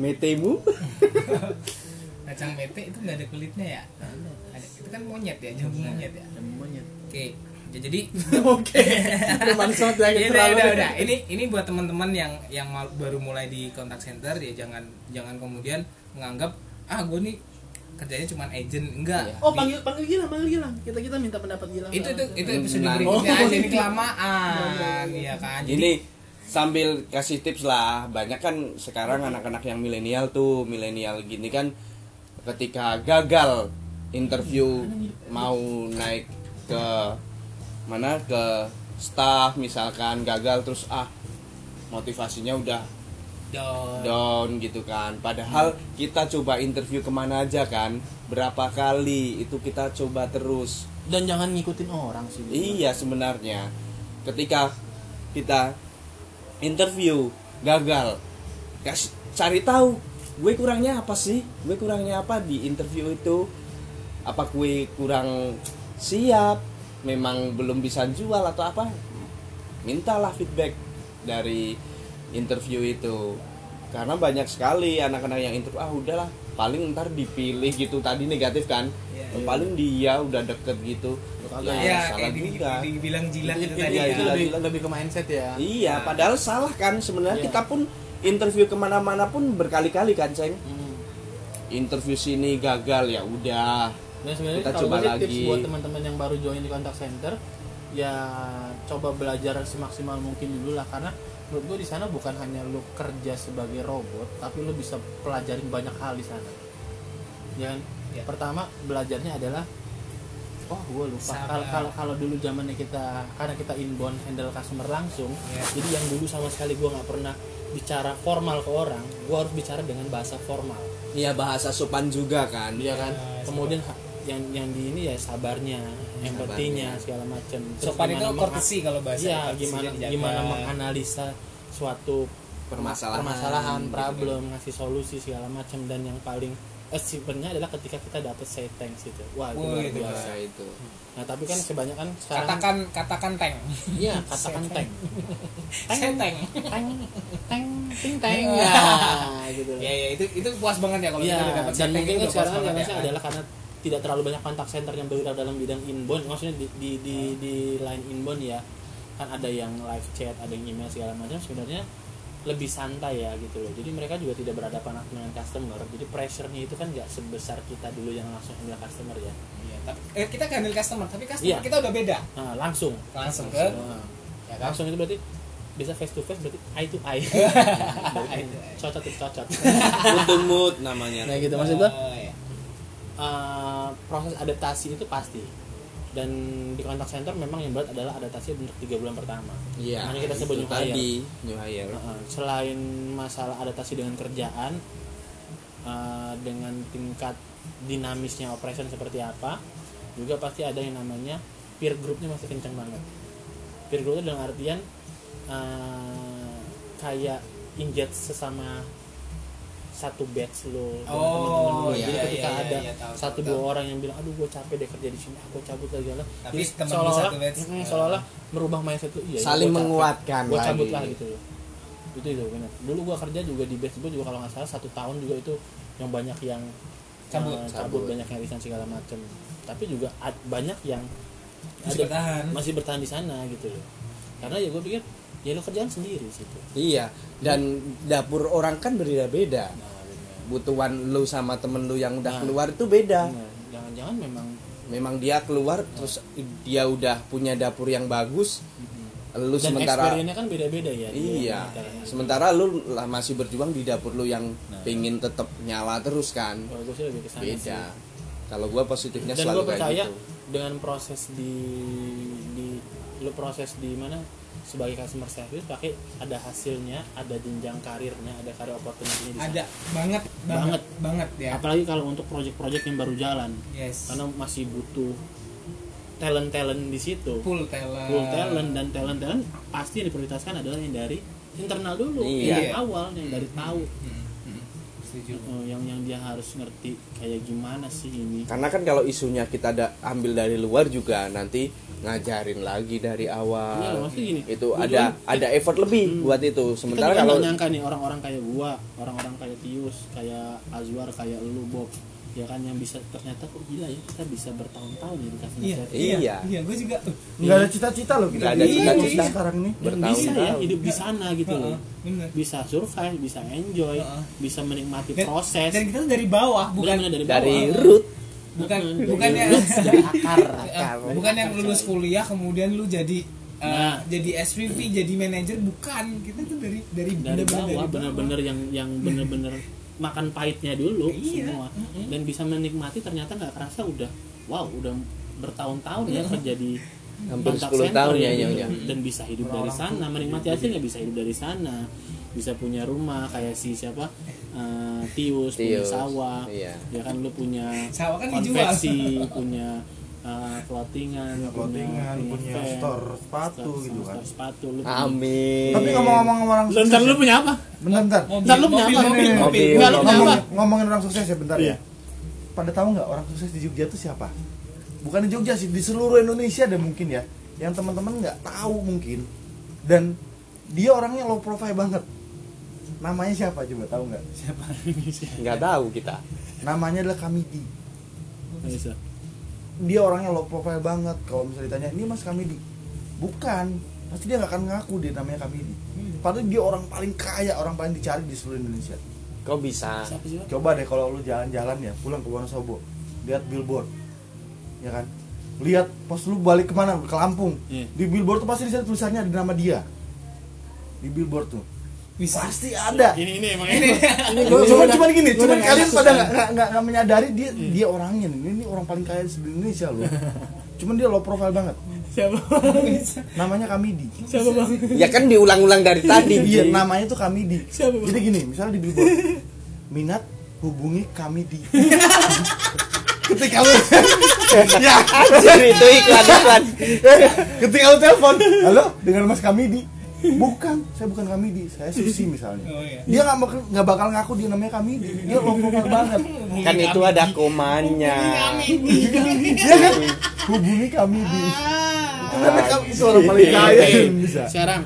B: metemu
A: Kacang mete itu nggak ada kulitnya ya? Ada. Itu kan monyet ya, jamu monyet ya. Oke, ya jadi oke.
E: Iya,
A: ya, udah, udah, udah. Ini ini buat teman-teman yang yang mal- baru mulai di kontak center ya jangan jangan kemudian menganggap ah gue nih kerjanya cuma agent enggak.
D: Oh,
A: Di-
D: panggil panggil Gilang, panggil Gilang. Kita kita minta pendapat Gilang.
A: itu itu itu
B: Hmm,
A: episode
B: menarik.
A: berikutnya aja ini kelamaan ya kan. Jadi
B: Ini sambil kasih tips lah. Banyak kan sekarang anak-anak yang milenial tuh, milenial gini kan ketika gagal interview mau naik ke mana ke staff misalkan gagal terus ah motivasinya udah
A: down.
B: down gitu kan padahal kita coba interview kemana aja kan berapa kali itu kita coba terus
D: Dan jangan ngikutin orang sih.
B: Iya sebenarnya ketika kita interview gagal, kas- cari tahu gue kurangnya apa sih? Gue kurangnya apa di interview itu? Apa gue kurang siap? Memang belum bisa jual atau apa? Mintalah feedback dari interview itu karena banyak sekali anak-anak yang interview ah udahlah paling ntar dipilih gitu tadi negatif kan paling dia udah deket gitu
A: Ya,
B: Ya, salah
A: kayak di-
B: juga.
A: di- dibilang jilat itu
D: Itu,
A: tadi.
D: itu,
A: ya.
D: itu lebih, lebih ke mindset ya.
B: Iya, padahal salah kan sebenarnya kita pun interview kemana-mana pun berkali-kali kan, Ceng.
D: Hmm.
B: Interview sini gagal ya udah.
D: Dan sebenarnya
B: Kita
D: kalau
B: coba
D: gue sih tips
B: lagi.
D: buat teman-teman yang baru join di kontak center ya coba belajar semaksimal mungkin dulu lah karena menurut gue di sana bukan hanya lu kerja sebagai robot tapi lu bisa pelajarin banyak hal di sana. Ya kan?
A: Ya.
D: Pertama belajarnya adalah oh gue lupa
A: Sabar.
D: kalau kalau kalau dulu zamannya kita karena kita inbound handle customer langsung
A: Ya.
D: jadi yang dulu sama sekali gue nggak pernah bicara formal ke orang gue harus bicara dengan bahasa formal
B: Iya bahasa sopan juga kan.
D: ya kan kemudian ha- yang yang di ini ya sabarnya empatinya segala macam Terus
A: sopan itu
D: gimana menga-
A: courtesy kalau bahasa
D: Iya,
A: courtesy
D: gimana
A: yang jaga.
D: gimana menganalisa suatu
B: Permasalahan,
D: permasalahan,
B: gitu
D: problem ngasih solusi segala macam dan yang paling achievementnya adalah ketika kita dapet say thanks gitu wah itu
A: Wah,
D: luar
A: itu
D: biasa
B: Nah, *laughs* itu.
D: nah tapi kan kebanyakan sekarang
A: katakan katakan tank
D: iya katakan thank
A: *laughs* saya tank
D: thank thank ting thank
A: Iya.
D: Nah, gitu
A: ya ya itu itu puas banget ya kalau
D: Iya,
A: kita udah dapat
D: dan mungkin kan sekarang kan yang
A: ya.
D: adalah karena tidak terlalu banyak kontak center yang bergerak dalam bidang inbound, maksudnya di di di, di line inbound ya kan ada yang live chat, ada yang email segala macam sebenarnya lebih santai ya gitu loh. Jadi mereka juga tidak berhadapan langsung dengan customer. Jadi pressure-nya itu kan nggak sebesar kita dulu yang langsung ambil customer ya.
A: Iya, tapi eh, kita handle customer tapi customer
D: Iya.
A: kita udah beda
D: Nah, langsung.
A: langsung ke
D: Nah,
A: ya kan?
D: langsung itu berarti bisa face to face berarti eye to eye.
A: *laughs* Iya.
D: cocot to cocot.
B: Mutumut namanya.
D: Nah gitu maksud gua
A: Oh, iya.
D: Uh, proses adaptasi itu pasti dan di kontak center memang yang berat adalah adaptasi untuk tiga bulan pertama.
B: Iya.
D: Makanya kita
B: itu
D: sebut new hire.
B: tadi new hire.
A: Iya.
D: Uh, selain masalah adaptasi dengan kerjaan, uh, dengan tingkat dinamisnya operation seperti apa, juga pasti ada yang namanya peer groupnya masih kencang banget. Peer group itu dalam artian uh, kayak injet sesama satu batch lo dengan
A: Oh,
D: teman-teman lo.
A: iya,
D: Jadi
A: iya,
D: ketika
A: iya,
D: ada
A: iya, tahu,
D: satu
A: tahu,
D: dua orang yang bilang aduh gue capek deh kerja di sini, aku cabut lagi lah.
A: Tapi
D: Jadi
A: teman lu
D: seolah-olah,
A: satu batch,
D: mm,
A: eh.
D: seolah-olah merubah mindset itu iya. iya,
B: Saling
D: gua capek
B: menguatkan
D: gue
B: lagi.
D: cabut lah gitu loh itu itu benar dulu gue kerja juga di base gue juga kalau nggak salah satu tahun juga itu yang banyak yang
A: Cabut.
D: eh,
B: Cabut.
D: banyak yang resign segala macam tapi juga ad- banyak yang
A: Masih bertahan.
D: masih bertahan di sana gitu loh karena ya gue pikir ya lo kerjaan sendiri situ
B: Iya. Dan dapur orang kan berbeda-beda.
D: nah benar.
B: Butuhan lu sama temen lu yang
D: Nah.
B: udah keluar itu beda.
D: Nah, jangan-jangan memang
B: Memang dia keluar terus dia udah punya dapur yang bagus. Lu
D: Mhm. dan
B: sementara
D: experience-nya kan beda-beda ya di
B: Iya.
D: antara-
B: Sementara lu lah masih berjuang di dapur lu yang pingin tetap nyala terus kan.
D: kalau gue sih lebih kesana Nah. sih.
B: Beda. Kalau gua positifnya
D: dan
B: selalu
D: gue percaya
B: kayak gitu.
D: dengan proses di di lo proses di mana sebagai customer service pakai ada hasilnya ada jenjang karirnya ada karir opportunity di sana.
A: ada banget banget banget ya
D: apalagi kalau untuk project-project yang baru jalan
A: yes
D: karena masih butuh talent talent di situ
A: full talent
D: full talent dan talent talent pasti yang diprioritaskan adalah yang dari internal dulu
B: Iya.
D: yang dari awal yang dari tahu
A: Hmm, hmm. setuju
D: eh, yang yang dia harus ngerti kayak gimana sih ini
B: Karena kan kalau isunya kita da- ambil dari luar juga nanti ngajarin lagi dari
D: Iya,
B: awal.
D: maksudnya gini,
B: itu
D: gua
B: ada
D: duluan-
B: ada effort lebih buat itu.
D: kita
B: Sementara
D: juga
B: kalau
D: nggak nyangka nih orang-orang kayak gua orang-orang kayak Tius kayak Azwar kayak lu Bob ya kan yang bisa ternyata kok gila ya kita bisa bertahun-tahun ya di customer
A: iya
D: service.
A: iya
B: Iya.
A: iya gue juga tuh
H: Nggak ada cita-cita loh kita
B: Nggak ada
H: di-
B: cita-cita. Iya.
H: sekarang ini.
D: Dan bisa ya
B: Bertahun-tahun.
D: hidup di sana gitu
A: Heeh,
D: loh
A: uh, bener
D: bisa survive bisa enjoy
A: Heeh.
D: bisa menikmati
A: Dan-
D: proses
A: dan kita tuh dari bawah bukan
D: Bener-bener dari
B: dari
D: bawah.
B: root
A: bukan
D: Dari
A: bukannya
D: roots, dari
A: *laughs*
D: Iya. akar
A: Eh, bukan yang lulus kuliah kemudian lu jadi eh,
D: Nah.
A: jadi SPV jadi manajer bukan kita tuh dari dari
D: dari
A: bener-bener
D: bawah
A: dari
D: bener-bener yang yang bener-bener makan pahitnya dulu
A: Iya.
D: semua
A: Mm-mm.
D: dan bisa menikmati ternyata nggak kerasa udah wow udah bertahun-tahun ya kerja di
B: Hampir
D: kontak
B: 10
D: center
B: tahun ya,
D: gitu.
B: Yang- yang.
D: dan bisa hidup dari sana menikmati hasilnya bisa hidup dari sana bisa punya rumah kayak si siapa eh, Tius, punya
B: Tius,
D: sawah
B: iya.
D: ya kan lu punya
A: Sawah kan dijual.
D: konveksi punya eh, clothingan,
C: punya clothingan, punya
D: van,
C: store sepatu
D: store-
C: gitu kan.
D: store sepatu lu punya-
B: Amin.
H: Tapi ngomong-ngomong sama orang
D: Lu- ntar lu punya apa?
H: bentar, bentar.
A: mobil
D: Ntar lu punya
A: mobil mobil,
D: apa?
H: Mobil,
A: mobil.
D: Enggak, lu punya apa?
H: Ngomong- ngomongin orang sukses ya bentar
C: Iya.
H: ya. Pada tahu nggak orang sukses di Jogja tuh siapa? Bukan di Jogja sih, di seluruh Indonesia ada mungkin ya. Yang teman-teman nggak tahu mungkin. Dan dia orangnya low profile banget. Namanya siapa coba tahu nggak?
B: nggak tahu kita.
H: Namanya adalah Kamidi.
D: Nggak bisa.
H: Dia orangnya low profile banget. Kalau misalnya ditanya, ini Mas Kamidi? Bukan. Pasti dia nggak akan ngaku dia namanya Kamidi. Padahal dia orang paling kaya, orang paling dicari di seluruh Indonesia.
B: Kok bisa?
D: Siapa sih? Pak?
H: coba deh kalau lu jalan-jalan ya pulang ke Wonosobo lihat billboard ya kan lihat pas lu balik kemana ke Lampung
D: Iya.
H: di billboard tuh pasti di sana tulisannya ada nama dia di billboard tuh
A: Bisa.
H: pasti ada
D: Ini ini
H: *laughs*
D: emang ini.
H: Cuma- cuman cuman gini
D: lu
H: cuman
D: udah
H: kalian
D: kasus
H: pada
D: kan?
H: nggak nggak- nggak nggak
D: Iya. *laughs*
H: menyadari dia dia orangnya nih. ini, ini orang paling kaya di Indonesia loh cuman dia low profile banget
D: Siapa?
C: namanya Kamidi
D: Siapa bang?
B: ya kan diulang-ulang dari tadi
C: *laughs* iya
B: Ji.
C: namanya tuh Kamidi
D: Siapa, Bang?
C: jadi gini misalnya di billboard minat hubungi Kamidi ketika lu *laughs* ya
B: Anjir, itu iklan iklan
C: ketika lu telepon halo dengan Mas Kamidi bukan saya bukan Kamidi saya Susi misalnya
A: Oh iya.
C: dia nggak bakal nggak bakal ngaku dia namanya Kamidi dia low profile banget
B: kan itu ada komanya
C: Iya kan hubungi Kamidi itu namanya Kamidi suara paling kaya
A: Iya.
C: yang bisa
D: Sekarang.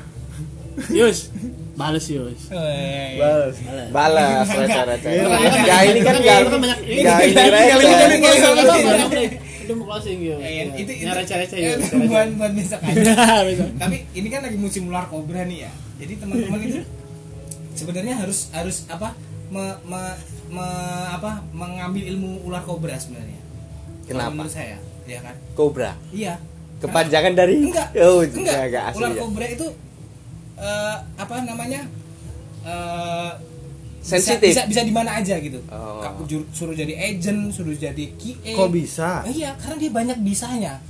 D: Yus, bales Yus.
A: Oh, iya, iya.
C: balas
B: balas reca-reca
D: iya.
B: ya ini Iya, kan
D: Tapi
B: gak
D: itu kan banyak ini.
B: gak ini
D: iya.
A: Ini
B: reca
A: closing, closing.
D: Itu mau closing Yus.
A: Iya, itu itu
D: Yang receh-receh
A: eh,
D: Yus.
A: buat buat besok aja.
D: Besok.
A: Tapi ini kan lagi musim ular kobra nih ya. Jadi teman-teman itu sebenarnya harus harus apa? Me, me- me- apa mengambil ilmu ular kobra sebenarnya. Kalau
B: Kenapa?
A: Menurut saya, ya kan?
B: kobra
A: Iya.
B: kepanjangan dari
C: *laughs*
A: Enggak. enggak.
B: oh
C: iya,
B: enggak enggak asli
A: ular
B: ya.
A: kobra itu eh, apa namanya? Eh, bisa-
B: Sensitif.
A: Bisa, bisa, di mana aja gitu.
B: Oh.
A: Kak, jur- Suruh jadi agent, suruh jadi QA.
C: kok bisa
A: Ah, iya, karena dia banyak
C: *laughs*
A: bisanya.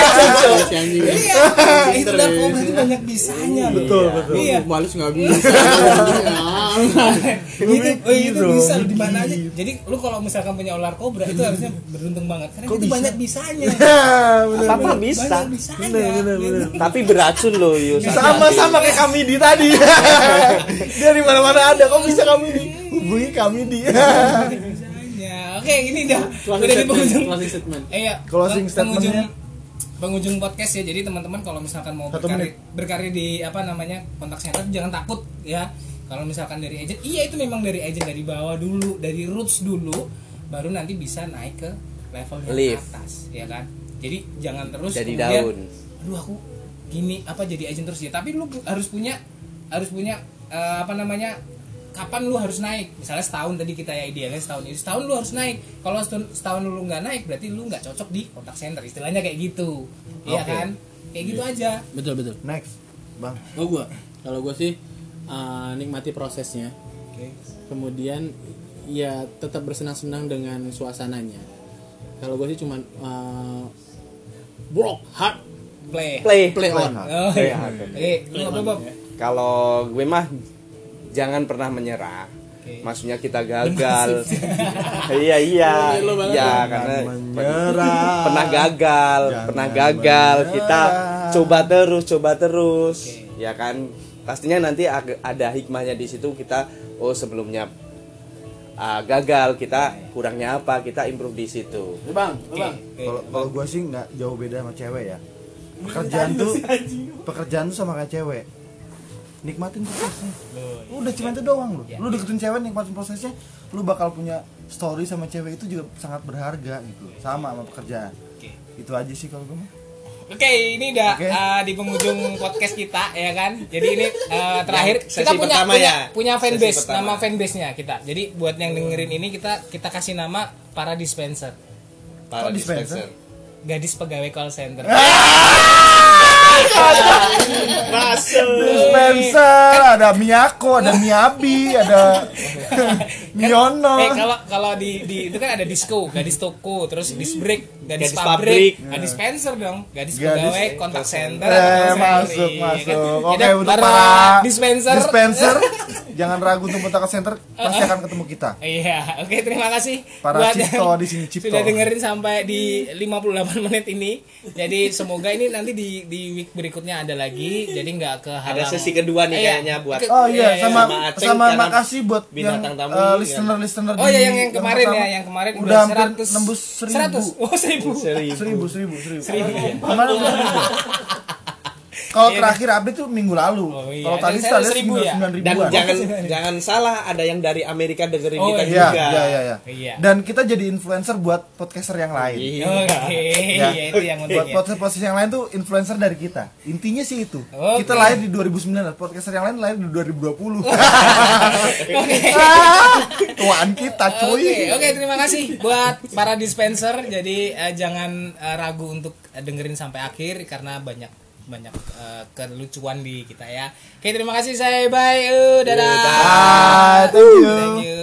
A: iya, itu ular kobra itu banyak bisanya.
C: Betul, betul.
A: Iya.
D: Bales nggak bisa.
A: itu, eh, itu
C: dong.
A: bisa lu di mana aja. Jadi lu kalau misalkan punya ular kobra itu harusnya beruntung banget karena
C: Kok
A: itu
C: bisa?
A: banyak
C: *laughs*
A: bisanya.
C: Bener.
B: apa bisa
A: Banyak bisanya.
C: Bener, bener,
A: gitu.
C: bener.
B: tapi beracun loh Yus
C: sama-sama kayak kami di *laughs* tadi dia di mana-mana ada kok bisa kami di hubungi kami di
A: Banyak bisanya. Oke, ini dah.
D: Closing
A: Udah di penghujung.
D: statement. Closing statement.
A: Eh, iya,
C: Closing
A: peng- penghujung-
C: statement-nya.
A: penghujung podcast ya jadi teman-teman kalau misalkan mau
C: Satu
A: berkarir berkarir di apa namanya kontak center jangan takut ya kalau misalkan dari agent iya itu memang dari agent dari bawah dulu dari roots dulu baru nanti bisa naik ke level yang
B: Lift.
A: atas ya kan jadi jangan terus
B: Jadi
A: kemudian,
B: daun.
A: aduh aku gini apa jadi agent terus ya tapi lu pu- harus punya harus punya eh, apa namanya kapan lu harus naik misalnya setahun tadi kita ya idealnya setahun itu setahun lu harus naik kalau setahun, setahun lu nggak naik berarti lu nggak cocok di kontak center istilahnya kayak gitu iya
C: Oke.
A: kan kayak gitu aja
D: Betul betul.
C: *laughs* next bang
D: Oh gua. Kalau gua sih eh, nikmati prosesnya. Kemudian ya tetap bersenang-senang dengan suasananya. Kalau gua sih cuman eh, work hard,
A: play
B: play
D: play on.
A: oh
B: Play
A: iya
B: hard.
A: oke lu apa Bob
B: kalau gue mah jangan pernah menyerah
A: Oke.
B: maksudnya kita gagal iya iya
D: Lu banget
B: ya
C: Jangan
B: karena
C: menyerah.
B: pernah gagal
C: Jangan
B: pernah gagal kita
C: menyerah.
B: coba terus coba terus
A: Oke.
B: ya kan pastinya nanti ag- ada hikmahnya di situ kita oh sebelumnya ah, gagal kita kurangnya apa kita improve di situ
D: Eh, Bang, eh,
A: Oke,
D: Bang.
A: oke.
C: kalau kalau gue sih nggak jauh beda sama cewek ya pekerjaan tuh pekerjaan tuh sama kayak cewek nikmatin prosesnya lu udah cuma itu doang lu lu deketin cewek nikmatin prosesnya lu bakal punya story sama cewek itu juga sangat berharga gitu sama sama pekerjaan
A: Oke.
C: itu aja sih kalau gue mah
A: Oke, ini udah
C: Oke.
A: uh, di penghujung podcast kita ya kan. Jadi ini uh, terakhir
B: Yang sesi
A: kita punya
B: pertama
A: punya,
B: ya.
A: punya
B: Sesi
A: fanbase,
B: pertama.
A: nama fanbase-nya kita. Jadi buat yang dengerin ini kita kita kasih nama para dispenser,
B: para
C: Kok dispenser?
A: gadis pegawai call center.
B: Ah!
C: Spencer, ada Miyako, ada Miyabi, *laughs* ada Miono.
A: Eh kalau kalau di, di itu kan ada disco, gadis toko, terus disbreak, gadis,
B: Hmm. Gadis
A: pabrik,
B: pabrik.
A: gadis dispenser dong, gadis,
C: Gadis-
A: pegawai kontak center.
C: Eh,
A: call center,
C: masuk,
A: iya
C: masuk.
A: kan?
C: Oke,
A: Jadi,
C: untuk
A: para
C: para
A: dispenser. *laughs*
C: dispenser, jangan ragu untuk kontak center, pasti akan ketemu kita.
A: Iya, oke terima kasih
C: Para
A: buat *laughs*
C: Cipto
A: yang
C: di sini, Cipto.
A: Sudah dengerin sampai di 58 menit ini. Jadi semoga ini nanti di di week berikutnya ada lagi. Jadi nggak ke
B: Ada sesi kedua nih kayaknya buat-
C: Oh iya,
A: Eh,
C: sama
B: sama Aceng
C: sama
B: karena
C: makasih buat yang
B: binatang tamu
C: eh,
B: ini,
C: listener-listener
A: Oh
C: di
A: ya yang yang kemarin
C: pertama.
A: ya, yang kemarin
C: udah hampir nembus
A: 100. Oh, 1000.
C: 1000. Seribu, seribu, seribu. Kemarin udah
A: *laughs*
C: seribu. Kalau terakhir update tuh minggu lalu.
A: Iya. Oh, iya.
C: Kalau tadi
A: Jadi
C: saya
A: saya
C: lihat
A: seribu ya?
C: sembilan
B: dan
C: ribuan. *laughs*
B: jangan jangan salah ada yang dari Amerika dengerin
A: Oh,
B: kita
C: Iya,
B: juga
C: iya, iya,
A: Iya.
C: iya. Dan kita jadi influencer buat podcaster yang lain.
B: Iya.
A: Oke,
C: Ya.
A: iya itu yang
C: Buat
A: untungnya.
C: podcast-podcast yang lain tuh influencer dari kita. Intinya sih itu.
A: Oke.
C: Kita lahir di 2009, dan podcaster yang lain lahir di
A: *laughs*
C: 2020.
A: Oke.
C: Ah, Tuaan kita cuy.
A: Oke, oke terima kasih buat para dispenser. Jadi eh, jangan eh, ragu untuk eh, dengerin sampai akhir karena banyak banyak eh, kelucuan di kita ya. Oke, terima kasih saya bye. Eh, dadah.
C: Ah, Iya, thank you.
A: Thank you.